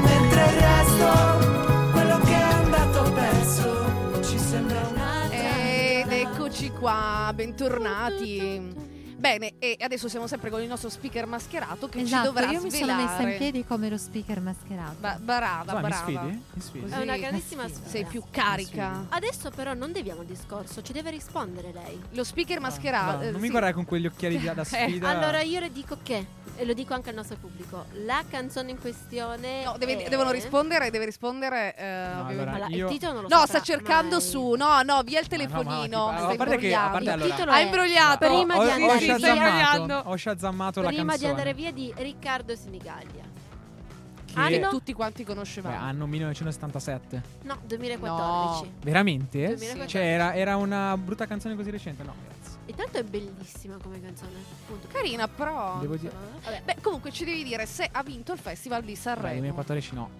I: Mentre il resto, quello che è andato perso, ci sembra un'altra.
D: Ed
C: vita.
D: eccoci qua, bentornati. Bene, e adesso siamo sempre con il nostro speaker mascherato che ci
A: Esatto,
D: dovrà
A: io mi sono messa in
D: svelare.
A: piedi come lo speaker mascherato.
D: Ba- brava,
G: Sai, mi
D: brava.
G: sfidi? Mi sfidi?
A: Eh,
C: È una
D: Sì.
C: grandissima sfida.
D: Sei più carica.
G: sfidi.
C: Adesso però non deviamo il discorso, ci deve rispondere lei.
D: Lo speaker
G: No,
D: mascherato. eh,
G: Ah, non mi
D: sì. Eh,
G: guardare con quegli occhiali da, da sfida.
C: Eh, Allora io le dico che, e lo dico anche al nostro pubblico, la canzone in questione...
D: No, deve-
C: è-
D: devono rispondere, deve rispondere. eh,
G: No,
D: ovviamente.
G: allora,
C: Allora,
G: Io-
C: Il titolo non lo
D: No,
C: saprà
D: sta cercando
C: mai.
D: su. No, no, via il
G: Ma no, ma
D: telefonino.
G: tipo-
D: stai
G: Ah, a parte che- a parte
D: imbrogliando.
C: Il
G: allora-
C: titolo
D: Ha
C: è
D: imbrogliato.
C: Prima
G: ho,
C: di
G: ho
C: andare
D: sì,
C: via.
D: stai
G: sciazzammato,
D: imbrogliando.
G: ho sciazzammato la
C: Prima
G: canzone.
C: di andare via di Riccardo Sinigaglia.
G: Che-
D: Che
C: Anno?
D: tutti quanti
G: Beh,
D: conoscevamo.
G: anno 1977.
C: No, 2014.
G: Veramente?
C: 2014.
G: Cioè, era, era una brutta canzone così recente? No, grazie.
C: E tanto è bellissima come canzone. Punto.
D: Carina, però.
G: Devo
D: insomma,
G: dire-
D: eh. Vabbè, Beh, comunque ci devi dire se ha vinto il Festival di
G: Beh,
D: Sanremo.
G: 2014 no.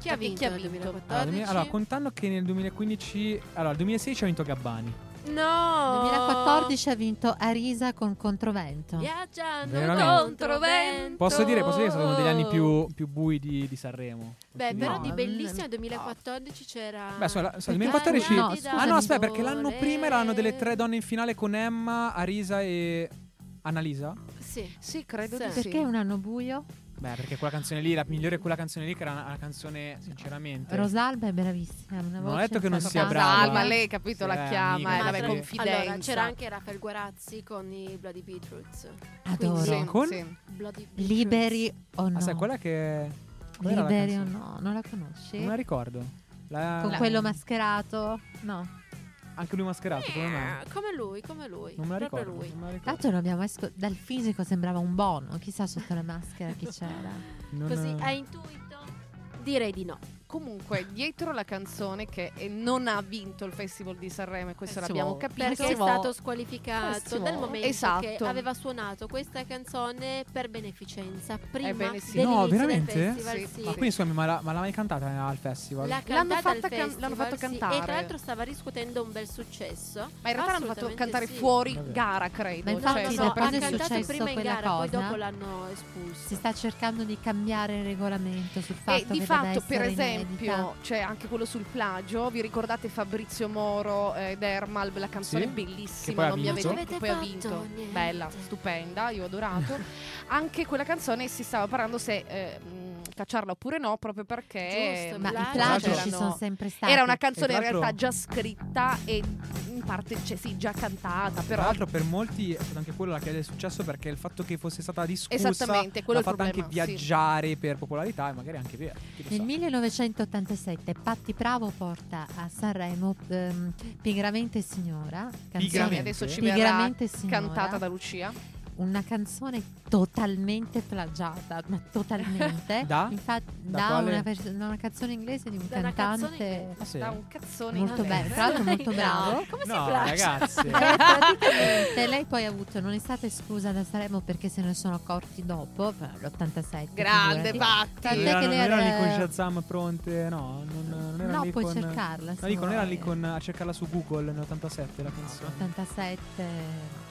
C: Chi ha
D: Perché
C: vinto?
D: chi ha
C: nel
D: vinto?
C: 2014?
G: Allora, 2000 allora, contando che nel 2015... Allora, il 2016 ha vinto Gabbani.
C: No.
A: 2014 ha vinto Arisa con Controvento.
C: Viaggiano
G: Veramente.
C: contro vento.
G: Posso dire, posso dire che è stato uno degli anni più, più bui di, di Sanremo.
C: Beh,
G: No. eh.
C: però di
A: no.
C: bellissima 2014 c'era.
G: Beh, so, la- so, il
A: Perché-
G: 2014...
A: No,
G: ah
A: scusami.
G: no, aspetta, perché l'anno prima erano delle tre donne in finale con Emma, Arisa e... Annalisa?
C: Sì.
D: Sì, credo
C: Sì.
D: di sì.
A: Perché è un anno buio?
G: Beh, perché quella canzone lì, la migliore è quella canzone lì, che era una, una canzone, sinceramente.
A: Rosalba è bravissima. Una
G: Non ho
A: voce
G: detto che non sia
A: fantastica.
G: brava.
D: Salma, lei capito,
G: Sì,
D: la
G: eh,
D: chiama.
G: amica,
D: Eh,
G: sì.
D: vabbè,
G: Allora,
D: confidenza.
C: Allora, c'era anche Raffaele Guarazzi con i Bloody Beetroots.
A: Adoro.
D: Sì,
G: Con?
D: sì.
C: Bloody Beetroots.
A: Liberi o no?
G: Ah, sai, quella che... qual era la
A: Liberi o
G: canzone?
A: no? Non la conosci?
G: Non la ricordo. La-
A: Con quello mascherato? No.
G: Anche lui mascherato, come me.
C: Eh, come lui, come lui.
G: Non me la
C: Proprio
G: ricordo.
C: lui.
G: Non me la ricordo.
A: Tanto non abbiamo mai sco- dal fisico sembrava un bono, chissà sotto la maschera chi c'era.
G: Non-
C: Così,
A: Mm.
C: hai intuito? Direi di no.
D: Comunque, dietro la canzone che eh, non ha vinto il Festival di Sanremo, e questo
A: Sì,
D: l'abbiamo
A: boh.
D: capito.
C: Perché è stato
A: Eh,
C: squalificato
D: Massimo.
C: dal momento
D: Esatto.
C: che aveva suonato questa canzone per
D: Eh,
C: beneficenza prima
D: Ebbene sì.
C: dell'inizio
G: No,
C: del
G: veramente?
C: festival.
D: Sì.
C: sì.
G: Ma quindi scusami, ma, la- ma l'ha mai cantata al festival?
C: L'ha
D: L'hanno
C: cantata al
D: fatta can-
C: festival,
D: l'hanno fatto
C: sì,
D: cantare.
C: E tra l'altro stava riscuotendo un bel successo.
D: Ma in realtà l'hanno fatto
C: Assolutamente
D: cantare
C: sì.
D: fuori
G: Vabbè.
D: gara, credo.
A: Ma
C: No,
A: infatti,
D: cioè,
C: no,
A: da
C: no, ha
A: quando è
C: cantato
A: successo
C: prima in
A: quella
C: gara, poi
A: cosa?
C: dopo l'hanno espulso.
A: Si sta cercando di cambiare il regolamento sul fatto
D: e di
A: che debba
D: fatto,
A: essere
D: per
A: inedita.
D: esempio, c'è anche quello sul plagio. Vi ricordate Fabrizio Moro eh, Dermalb, la canzone
G: Sì, che
D: bellissima,
G: poi ha
D: non mi
G: vinto.
D: avete
C: Non ci
D: che poi ha
C: avete
D: vinto.
C: fatto niente.
D: Bella, stupenda, io ho adorato. anche quella canzone si stava parlando se eh, mh, cacciarla oppure no, proprio perché
C: Giusto,
A: ma i
C: Plagio.
A: plagi ci
D: C'erano-
A: sono sempre stati.
D: Era una canzone
G: E
D: in
G: tra l'altro-
D: realtà già scritta e in parte cioè, sì, già cantata,
G: Tra
D: però
G: l'altro per molti è stata anche quella che è successo perché il fatto che fosse stata discussa
D: Esattamente, quello
G: l'ha
D: è il
G: fatta anche
D: problema, sì.
G: viaggiare per popolarità e magari anche via. chi lo
A: Nel
G: sa.
A: 1987 Patti Bravo porta a Sanremo ehm, Pigramente Signora,
D: sì,
G: Pigramente.
A: canzone,
D: adesso ci verrà
A: Pigramente Signora,
D: cantata da Lucia.
A: una canzone totalmente plagiata, ma totalmente.
G: Da?
A: Infatti,
G: Da
A: da,
G: quale?
A: una, pers- da una cazzone inglese di un
C: Da una
A: cantante
C: cazzone inglese.
G: Ah, sì?
D: Da un cazzone
A: molto
D: inglese.
A: bello, tra l'altro molto bravo.
C: Come si
G: No,
C: piace?
G: ragazzi.
A: Eh, praticamente lei poi ha avuto, non è stata esclusa da Saremo perché se ne sono accorti dopo, l'87.
D: Grande
A: Tant'è
G: non
D: Patti.
A: Guarda-
G: erano,
A: che lei
G: non erano lì con
A: era-
G: Shazam pronte, no, non, non erano
A: No,
G: lì
A: puoi
G: con...
A: cercarla.
G: No,
A: se
G: dico, non era
A: vuoi.
G: lì con, a cercarla su Google nell'87 la canzone.
A: 87.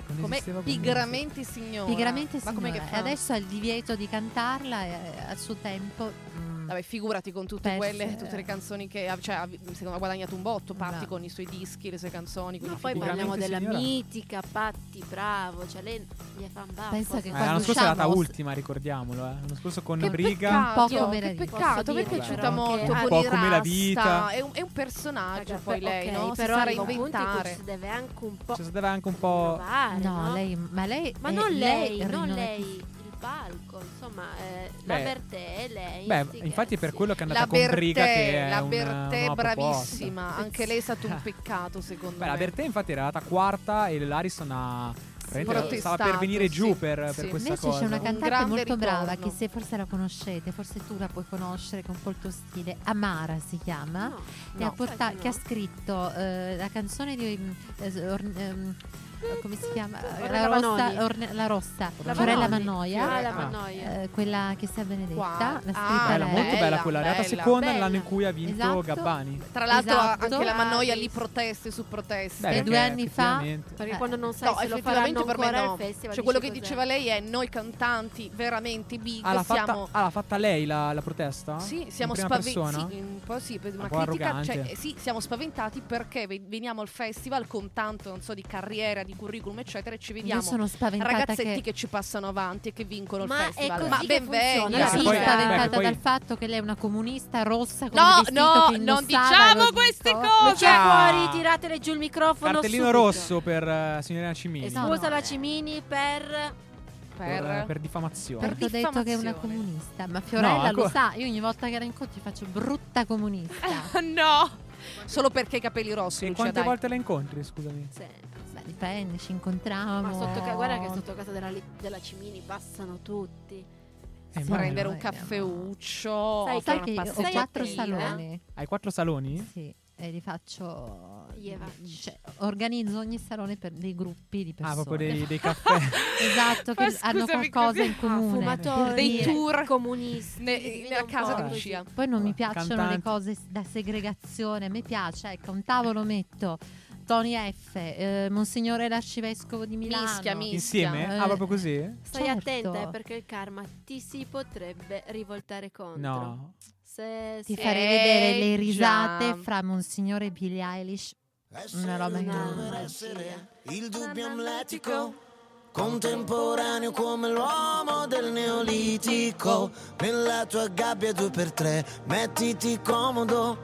G: Non
D: Come
G: esisteva Google.
D: pigramenti signora.
A: Pigramente
D: Ma come che
A: signora. E
D: fa?
A: adesso ha il divieto di cantarla e eh, al suo tempo. eh, mm,
D: Vabbè, figurati con tutte
A: Perse-
D: quelle, tutte le canzoni che ha, cioè, ha, secondo me ha guadagnato un botto, Patti
A: Bravo.
D: con i suoi dischi, le sue canzoni. con
C: No,
D: i
C: poi
D: film.
G: Sicuramente
C: parliamo della
G: signora.
C: mitica Patti Bravo, cioè lei gli fa un
A: Pensa
C: baffo.
A: che
G: Eh,
C: sai.
A: quando
G: l'anno scorso è
A: usciamo-
G: andata ultima, ricordiamolo, eh. L'anno scorso con
D: Che
G: Briga.
A: Un po'
D: peccato,
A: come la
D: che
A: vita.
D: peccato, mi è
C: Posso dire,
D: piaciuta
C: però,
D: molto.
C: che-
D: Un
C: Un
D: po'
G: po'
D: di
G: come la
D: rasta,
G: vita.
D: È un, è un personaggio
C: Raga,
D: poi
C: però-
D: lei,
C: ok,
D: no?
C: però
D: si sa
C: arriva un punto in cui
D: reinventare.
C: si deve anche un po'
G: C'è stata anche un po'...
C: rinnovare,
A: No,
C: no?
A: lei, ma lei.
C: Ma
A: eh,
C: non lei, non
A: rinnova-
C: lei, il palco, insomma, eh, la
G: Beh.
C: Bertè, lei.
G: Beh,
C: sti
G: infatti è per
C: cazzi.
G: quello che è andata
D: La
G: con Briga
D: Bertè,
G: che è
D: la
G: un-
D: Bertè
G: una proposta.
D: bravissima, anche lei è stato un peccato secondo
G: Beh,
D: me.
G: la Bertè infatti era andata quarta e l'Arison ha veramente
D: Protestato,
G: stava per venire
D: sì,
G: giù per, per
D: sì.
G: questa
A: Invece
G: cosa.
A: c'è una
D: Un
A: cantante
D: grande
A: molto brava
D: ritorno.
A: che se forse la conoscete, forse tu la puoi conoscere con colto stile, Amara si chiama,
C: No,
A: che, ha
C: no,
A: porta-
C: sai che
A: che ha
C: no.
A: scritto eh, la canzone di... mm, eh, or- ehm, come si chiama? La
C: Ornella Vanoni.
A: rossa, Orne- la rossa,
G: La
A: Fiorella
C: Vanoni.
A: Mannoia,
C: Ah, la
G: Ah.
C: Mannoia.
A: eh, quella che sia benedetta,
D: Qua-
A: la scritta
D: Ah,
G: Bella,
A: lei.
G: molto bella
D: bella,
G: quella, è arrivata
D: bella.
G: seconda
C: Bella.
G: l'anno in cui ha vinto
A: Esatto.
G: Gabbani.
D: Tra l'altro ha-
A: Esatto.
D: anche la Mannoia lì
C: Bravi.
D: proteste su proteste.
G: Ah, Beh,
A: E due
G: perché
A: anni fa-
G: effettivamente-
C: Perché
A: Eh.
C: quando non sai
D: No,
C: se lo
D: effettivamente
C: faranno
D: per me
C: ancora
D: no.
C: al festival.
D: Cioè, quello che
C: dici
D: diceva
C: cos'è?
D: lei è noi cantanti veramente big
G: Ah, l'ha fatta,
D: siamo
G: ah, l'ha fatta lei la, la protesta?
D: Sì, siamo
G: In prima persona?
D: spaventati. un po' sì, per una
G: po'
D: critica.
G: arrogante.
D: Cioè, eh, sì, siamo spaventati perché ve- veniamo al festival con tanto, non so, di carriera, di curriculum, eccetera, e ci
A: Io
D: vediamo
A: sono spaventata
D: ragazzetti
A: che...
D: che... ci passano avanti e che vincono
C: Ma
D: il
C: è
D: festival.
C: così
D: Ma
C: che
D: ben
C: funziona,
D: venga.
A: Io
G: Sì,
A: sono
G: poi-
A: spaventata
G: beh, poi-
A: dal fatto che lei è una comunista rossa con
D: No,
A: il vestito
D: no,
A: che indossava,
D: non diciamo
A: lo
D: queste
A: dico.
D: cose.
C: Lucia
G: Ah.
C: Cuori, tiratele giù il microfono
G: Cartellino
C: subito.
G: rosso per eh, signorina Cimini.
A: Esatto.
C: Scusa
A: No, no,
C: la
A: eh.
C: Cimini per...
G: Per, eh,
D: Per-
G: per diffamazione.
A: Perché ho detto che è una
D: diffamazione.
A: comunista, ma Fiorella
G: No,
A: lo
G: ancora-
A: sa, io ogni volta che la incontro faccio brutta comunista.
D: no! Solo perché i capelli rossi,
G: Eh, E
D: Lucia,
G: quante
D: dai.
G: volte la incontri, Eh, scusami?
A: Beh, dipende, ci incontriamo.
C: Ma sotto ca- guarda che sotto casa della, della Cimini passano tutti.
G: Eh,
A: Sì.
G: ma-
D: Prendere un
A: Vai, andiamo.
D: caffeuccio,
C: Sai-
A: Sai
D: fare
A: che
D: una
A: ho
D: passeggiatina.
C: passeggiatina.
A: quattro saloni.
G: Hai quattro saloni?
A: Sì, e li faccio.
C: Gli evacci.
A: cioè, organizzo ogni salone per dei gruppi di
G: Ah,
A: persone.
G: proprio dei, dei caffè.
A: Esatto,
D: Ma
A: che hanno
D: scusami,
A: qualcosa
D: così-
A: in comune.
C: Fumatori,
D: Dei tour.
C: comunisti.
D: Ne-
C: dimmi
D: nella
C: un
D: casa
C: po'
D: di
C: così.
D: Lucia.
A: Poi non mi
G: Cantanti.
A: piacciono le cose s- da segregazione, a me piace, ecco, a un tavolo metto Tony F, eh, Monsignore l'Arcivescovo di Milano.
D: Mischia, mischia.
G: Insieme? Ah, proprio così?
C: Stai
A: Certo.
C: attenta eh, perché il karma ti si potrebbe rivoltare contro.
G: No.
C: Se
A: Ti
C: sì.
A: farei
D: Eh,
A: vedere le
D: già.
A: risate fra Monsignore e Billie Eilish. Una roba
J: Essere
A: che-
J: non essere il dubbio amletico contemporaneo come l'uomo del neolitico nella tua gabbia due per tre mettiti comodo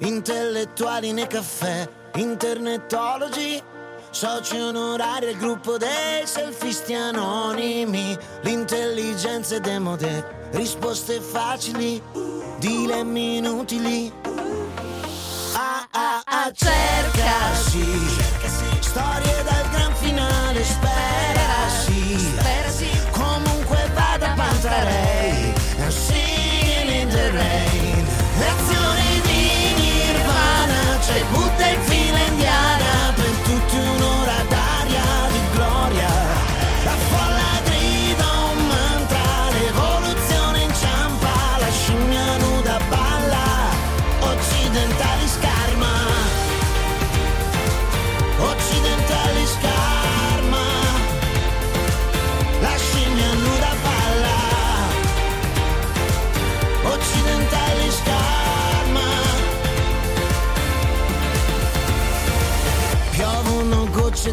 J: intellettuali nei caffè internetologi soci onorari al gruppo dei selfisti anonimi l'intelligenza è demode risposte facili dilemmi inutili Ah, ah, ah, cercasi, storie dal gran finale, sperasi, comunque vada Pantarei, a singing in the rain, lezioni di Nirvana, c'è butta in fila indiana, per tutti un'ora d'aria di gloria, la folla grida un mantra, l'evoluzione inciampa, la scimmia nuda balla, Occidentali scarma Occidentali scarma La scimmia nuda palla Occidentali scarma Piovono gocce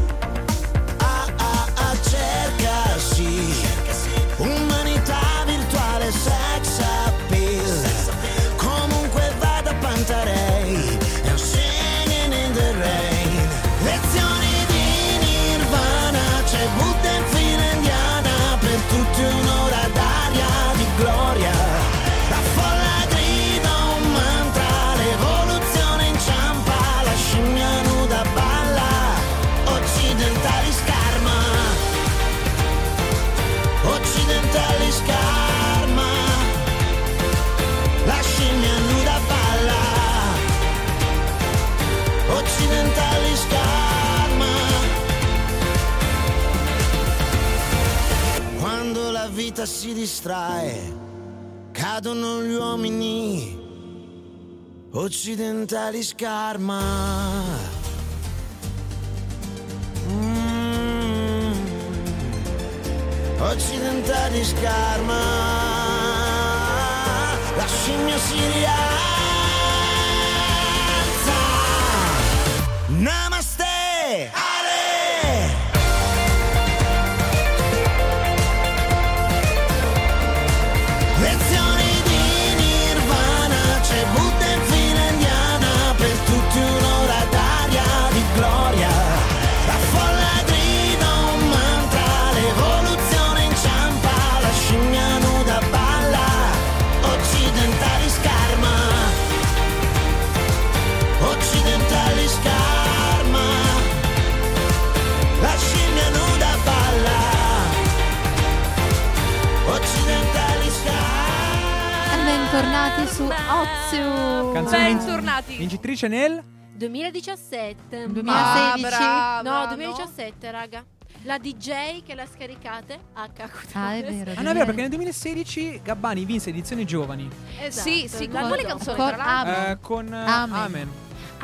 J: Ah ah ah, cercasi. Umanità virtuale, sex appeal. Comunque vada Pantarei, è un singing in the rain. Lezioni di Nirvana, c'è Buddha in fila indiana, per tutti un'ora d'aria di occidentali scarma. Quando la vita si distrae, cadono gli uomini occidentali scarma. Mm. Occidentali scarma, la scimmia si rialza. Namaste, Ale! Lezioni di Nirvana, c'è Buddha in fila indiana, per tutti un'ora d'aria di gloria. La folla grida un mantra, l'evoluzione inciampa, la scimmia nuda balla, occidentali scarma. Occidentali scarma, la scimmia nuda balla. Occidentali scarma.
A: E bentornati su Ozio.
G: Canzone vinc-
K: Bentornati.
G: vincitrice nel
C: 2017.
D: Ah,
A: 2016.
D: brava.
C: no,
D: no?
C: 2017, raga. La DJ che la scaricate a Kakuta.
A: Ah, è vero.
G: Ah no è vero perché nel 2016 Gabbani vinse edizione giovani
C: Esatto.
D: Sì, sì, con
C: l'anno
D: quale
C: dopo.
D: canzone
A: Con-
D: tra l'altro?
A: Amen.
G: Eh, con eh,
A: Amen.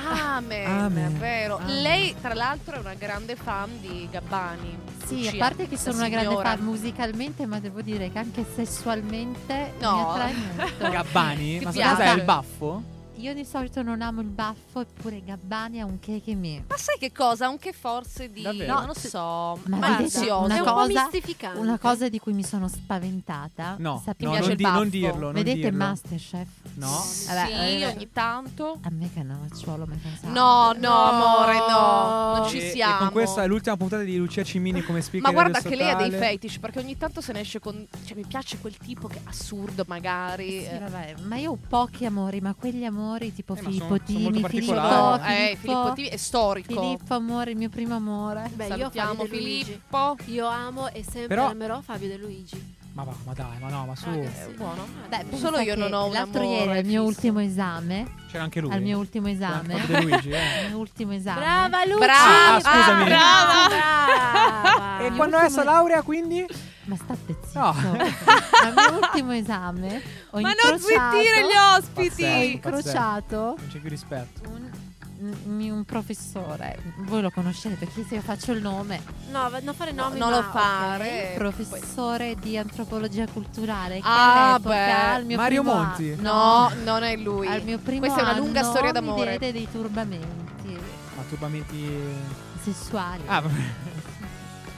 D: Amen,
G: Amen.
D: è vero.
A: Amen.
D: Lei, tra l'altro, è una grande fan di Gabbani.
A: Sì, a
D: Lucia,
A: parte che sono
D: la
A: una grande
D: signora.
A: fan musicalmente, ma devo dire che anche sessualmente mi
D: No.
A: attrae molto.
G: Gabbani
D: Ti
G: ma
D: piace?
G: cosa è il baffo?
A: Io di solito non amo il baffo, eppure Gabbani ha un che che mi.
D: Ma sai che cosa? Anche forse di.
G: Davvero?
D: No, non so.
A: Ma
D: Ma
A: vedete,
D: ansioso.
A: una
C: È un
A: cosa-
C: po' mistificante.
A: Una cosa di cui mi sono spaventata.
G: No,
A: sapete-
G: no
D: piace
G: non,
D: il
G: di-
D: baffo.
G: non dirlo non
A: Vedete
G: dirlo.
A: Masterchef?
G: No
D: sì,
A: Vabbè, eh,
D: ogni tanto.
A: A me Cannavacciuolo mi pensava.
D: No, no,
C: No.
D: amore, no. Non
G: E-
D: ci
G: e
D: siamo.
G: con questa è l'ultima puntata di Lucia Cimini come speaker
D: Ma guarda
G: radio
D: che lei ha dei
G: statale.
D: fetish perché ogni tanto se ne esce con. Cioè, mi piace quel tipo che è assurdo, magari.
A: Sì,
D: Eh,
A: vabbè, ma io ho pochi amori, ma quegli amori tipo
G: Eh, ma sono-
A: Filippo
G: sono molto
A: Tini, Filippo,
G: particolari.
D: no, eh, Filippo Tivi è storico.
A: Filippo, amore, il mio primo amore.
C: Beh, io
D: Salutiamo
C: Fabio De Luigi.
D: Filippo.
C: Io amo e sempre
G: Però-
C: amerò Fabio De Luigi.
G: Ma va, ma dai, ma no, ma
D: Ah,
G: su.
C: Raga, sì.
D: buono.
A: Beh, pensa
D: Solo io
A: che
D: non ho un
A: L'altro
D: amore
A: ieri al mio
D: fisso.
A: ultimo esame,
G: C'era anche lui.
A: al mio ultimo
G: Ah,
A: esame,
G: Fabio De Luigi, eh.
A: al mio ultimo esame.
C: Brava Luci!
D: Brava,
G: Ah, scusami.
D: brava.
C: Brava!
G: E quando è
A: ultimo-
G: sta laurea, quindi?
A: Ma state zitto.
G: No.
A: al mio ultimo esame ho
K: Ma non
A: incrociato-
K: zittire gli ospiti.
A: Ho
G: Pazzesco,
A: incrociato
G: Non c'è più rispetto.
A: un, un- un professore, voi lo conoscete, chi se io faccio il nome,
C: No, va- non fare
D: No,
C: nomi,
D: non
C: ma-
D: lo fare. Poi-
A: professore di antropologia culturale che
D: Ah,
A: all'epoca,
D: beh.
A: al mio
G: Mario
A: primo
G: Monti?
A: anno-
D: No, non è lui.
A: al mio primo
D: Questa è una lunga
A: anno
D: storia
A: mi
D: d'amore.
A: diede dei turbamenti
G: Ma turbamenti.
A: sessuali
G: Ah, vabbè.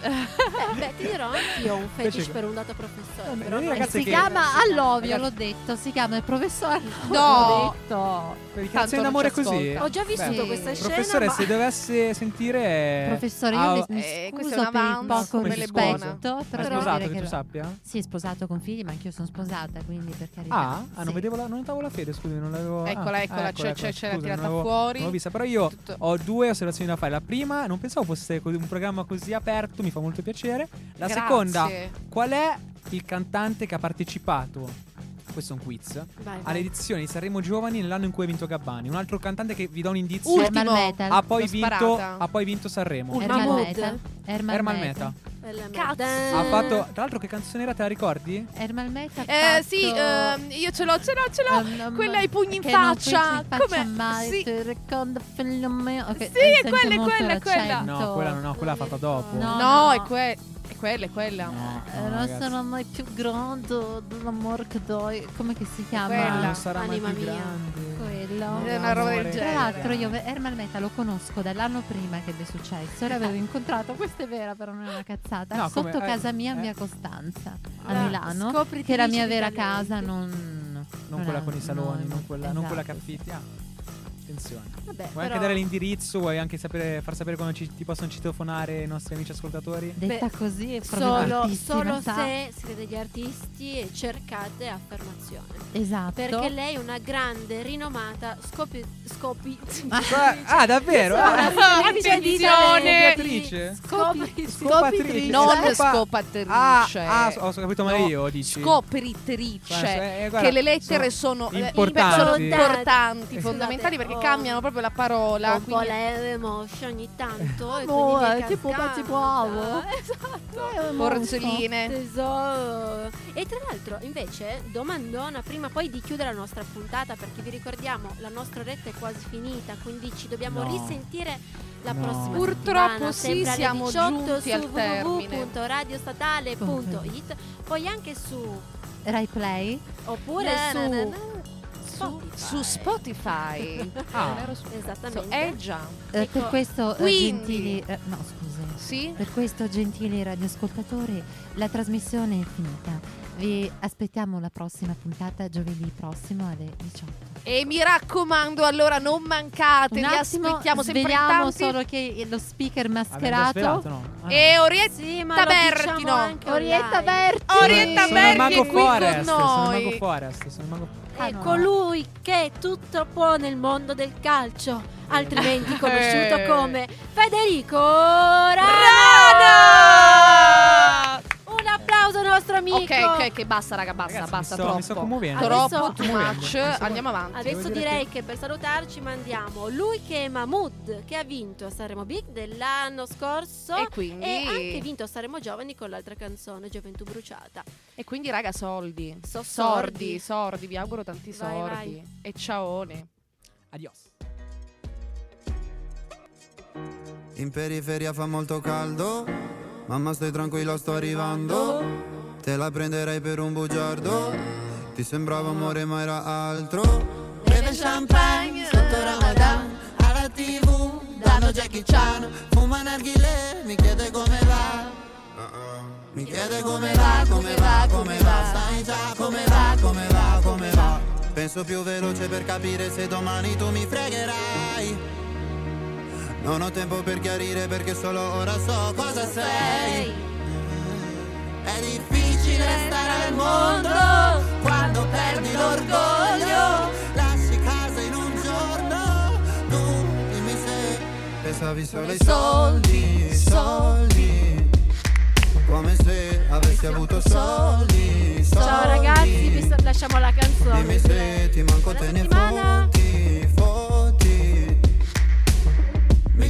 A: Eh,
C: Beh, beh, ti dirò anch'io un fetish
G: Invece-
C: per un dato professore.
G: Vabbè,
C: però
G: noi
C: non-
G: ragazzi-
A: si
G: che-
A: chiama all'ovio
G: ragazzi-
A: l'ho detto si chiama il professore
D: No.
A: l'ho detto
G: Per il
D: Tanto
G: canzone
D: non
G: d'amore
D: ci
G: così.
D: ascolta.
C: Ho già vissuto
A: Sì.
C: questa scena.
G: Professore,
C: ma-
G: se dovesse sentire.
A: professore
G: Ah,
A: io mi- mi
D: eh, questo è
A: scuso
D: un
A: per il
D: avanzo,
A: poco
D: come le
A: rispetto
G: È
A: però devo
G: sposato,
A: dire
G: che
A: che
G: tu
A: lo-
G: sappia?
A: sì è sposato con figli ma anch'io sono sposata quindi per carità
G: Ah, ah, non
A: Sì.
G: vedevo la, non notavo la fede, scusi, non l'avevo. ah,
D: Eccola,
G: ah,
D: eccola, c'è- c'è- c'era
G: scusa, non
D: tirata
G: l'avevo-
D: fuori.
G: Non l'ho vista, però io
D: Tutto.
G: ho due osservazioni da fare. La prima, non pensavo fosse così- un programma così aperto, mi fa molto piacere. La
D: Grazie.
G: seconda, qual è il cantante che ha partecipato? Questo è un quiz.
C: Vai, vai.
G: All'edizione di Sanremo Giovani nell'anno in cui ha vinto Gabbani. Un altro cantante che vi do un indizio.
A: Ultimo.
D: Ultimo.
A: Herman Metal
G: ha, poi
D: l'ho
G: vinto,
D: sparata.
G: ha poi vinto Sanremo.
C: Ultimo.
A: Herman
C: Mahmood.
A: Meta
G: Ermal Meta.
C: Bella merda.
D: Cazzo.
G: Ha fatto. Tra l'altro, che canzone era? Te la ricordi?
A: Ermal Meta ha
D: Eh,
A: fatto-
D: sì, ehm, io ce l'ho, ce l'ho, ce l'ho.
A: Um, um,
D: Quella ai pugni in
A: che non
D: faccia.
A: penso in faccia
D: Come?
A: mai,
D: Sì.
A: ti ricordo fino a me. Ok,
D: Sì,
A: ad esempio
D: è quella, è
A: molto
D: quella, è quella.
A: l'accento.
G: No, quella no, no, quella l'ha fatta dopo.
A: No.
D: No, è, que- è quella, è quella.
G: No,
A: Eh, non
G: ragazzi.
A: sarò mai più grande dell'amor che do. Come che si chiama?
G: Ma
D: Bella.
G: non sarà mai
C: Anima
G: più
C: mia.
G: grande.
A: Quello.
D: È una roba del
G: Amore.
A: Tra
D: genere.
A: l'altro io Ermal Meta lo conosco dall'anno prima che mi è successo e l'avevo incontrato, questa è vera però non è una cazzata,
G: No,
A: sotto
G: come- eh,
A: casa mia,
G: eh.
A: via Costanza, a
C: Ah,
A: Milano,
C: scopriti
A: che è la
C: dieci
A: mia vera
C: talenti.
A: casa, non...
G: Non quella
A: ha-
G: con i saloni,
A: no,
G: non quella, non quella che
A: esatto, sì.
G: affitti. Ah, attenzione. Vuoi
C: Vabbè,
G: anche
C: però-
G: dare l'indirizzo, vuoi anche sapere, far sapere quando ci- ti possono citofonare i nostri amici ascoltatori?
A: Detta
C: Beh,
A: così è proprio
C: Solo,
A: un'artissima,
C: solo
A: sa?
C: se siete degli artisti e cercate affermazione.
A: Esatto.
C: Perché lei è una grande, rinomata, scopi... scopi...
G: Ah, davvero? Ah,
D: Attenzione!
G: Scopatrice?
C: Scopi...
G: Scopatrice.
D: Non
G: Scopa-
D: scopatrice.
G: Ah, ah, ho capito male
D: No,
G: io, dici.
D: Scopritrice.
G: Guarda, eh, guarda,
D: che le lettere sono, eh,
G: importanti.
D: sono importanti,
G: Eh,
D: fondamentali, perché cambiano proprio la parola.
C: un po'
D: quindi-
C: le emotion ogni tanto e
A: Amore,
D: eh,
C: quindi mi è
A: tipo
C: cascata.
A: pazzi bravo.
C: esatto
D: Porzelline.
C: Tesoro. E tra l'altro, invece, domandona prima poi di chiudere la nostra puntata, perché vi ricordiamo, la nostra oretta è quasi finita, quindi ci dobbiamo
G: No.
C: risentire la
G: No.
C: prossima
D: Purtroppo
C: settimana,
D: sì,
C: sempre alle
D: siamo
C: 18
D: giunti
C: su
D: al termine.
C: www.radiostatale.it, poi anche su
A: Rai Play.
C: oppure
D: su-
C: na- na- na-
D: Su,
C: Spotify.
D: su Spotify.
G: Ah.
D: Non ero su-
C: Esattamente.
D: so- eh già.
A: Eh,
C: Ecco,
A: per questo, eh,
D: quindi-
A: gentili. eh, no, scusa.
D: Sì?
A: Per questo, gentili radioascoltatori, la trasmissione è finita. Vi aspettiamo la prossima puntata giovedì prossimo alle 18.
D: E mi raccomando, allora non mancate,
A: Un
D: vi
A: attimo,
D: aspettiamo sempre in
A: sveliamo
D: tanti.
A: solo che lo speaker
G: Vabbè, già svelato,
A: mascherato.
G: no? Ah, no.
D: E Orietta
C: Sì, ma lo
D: Bertino.
C: diciamo anche online.
A: Berti.
D: Orietta
G: sono il
D: Berti
G: mago
D: è qui
G: Forest,
D: con
G: sono il
D: noi.
G: mago Forest, sono il mago
C: È colui che tutto può nel mondo del calcio, altrimenti conosciuto
D: Eh.
C: come Federico Rana.
D: Rana!
C: Un applauso nostro amico.
D: Ok, ok, ok, basta raga, basta,
G: Ragazzi,
D: basta
G: mi sto-
D: troppo.
G: mi sto commuovendo.
D: Troppo
C: Adesso-
D: too
G: Mi sto
D: much,
G: commuovendo.
D: andiamo avanti.
C: Adesso
G: Devo dire
C: direi che... per salutarci mandiamo lui che è Mahmood che ha vinto a Sanremo Big dell'anno scorso
D: E quindi
C: e anche vinto a Sanremo Giovani con l'altra canzone Gioventù bruciata.
D: E quindi raga, soldi.
C: So-
D: sordi,
C: sordi.
D: sordi, vi auguro tanti
C: Vai,
D: sordi.
C: vai.
D: E ciaone.
G: Adios.
L: In periferia fa molto caldo, mamma stai tranquilla sto arrivando, te la prenderai per un bugiardo, ti sembrava amore ma era altro.
J: Beve champagne sotto Ramadan Alla tv danno Jackie Chan Fuma narghile, mi chiede come va Mi chiede come va, come va, come va Sai già come va, come va, come va
L: Penso più veloce per capire se domani tu mi fregherai. Non ho tempo per chiarire perché solo ora so cosa sei.
J: È difficile stare al mondo Quando perdi l'orgoglio Lasci casa in un giorno Tu dimmi se
L: Pensavi solo ai
J: soldi,
L: soldi, soldi Come se avessi avuto soldi, soldi
C: Ciao ragazzi, vi sa- lasciamo la canzone.
L: Dimmi se ti manco
C: Buona
L: te ne
C: settimana.
L: fotti, fotti Mi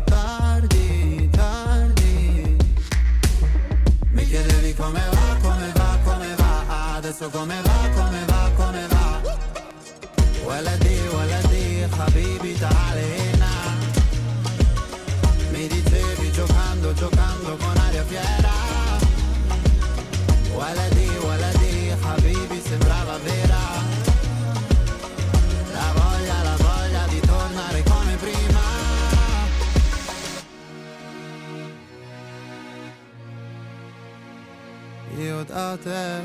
L: tardi, tardi Mi chiedevi come va, come va, come va Adesso come va, come va, come va ولدي ولدي حبيبي تعال هنا Mi dicevi giocando, giocando con aria fiera Waladi, waladi, habibi, sembrava vera La voglia, la voglia di tornare come prima Io da te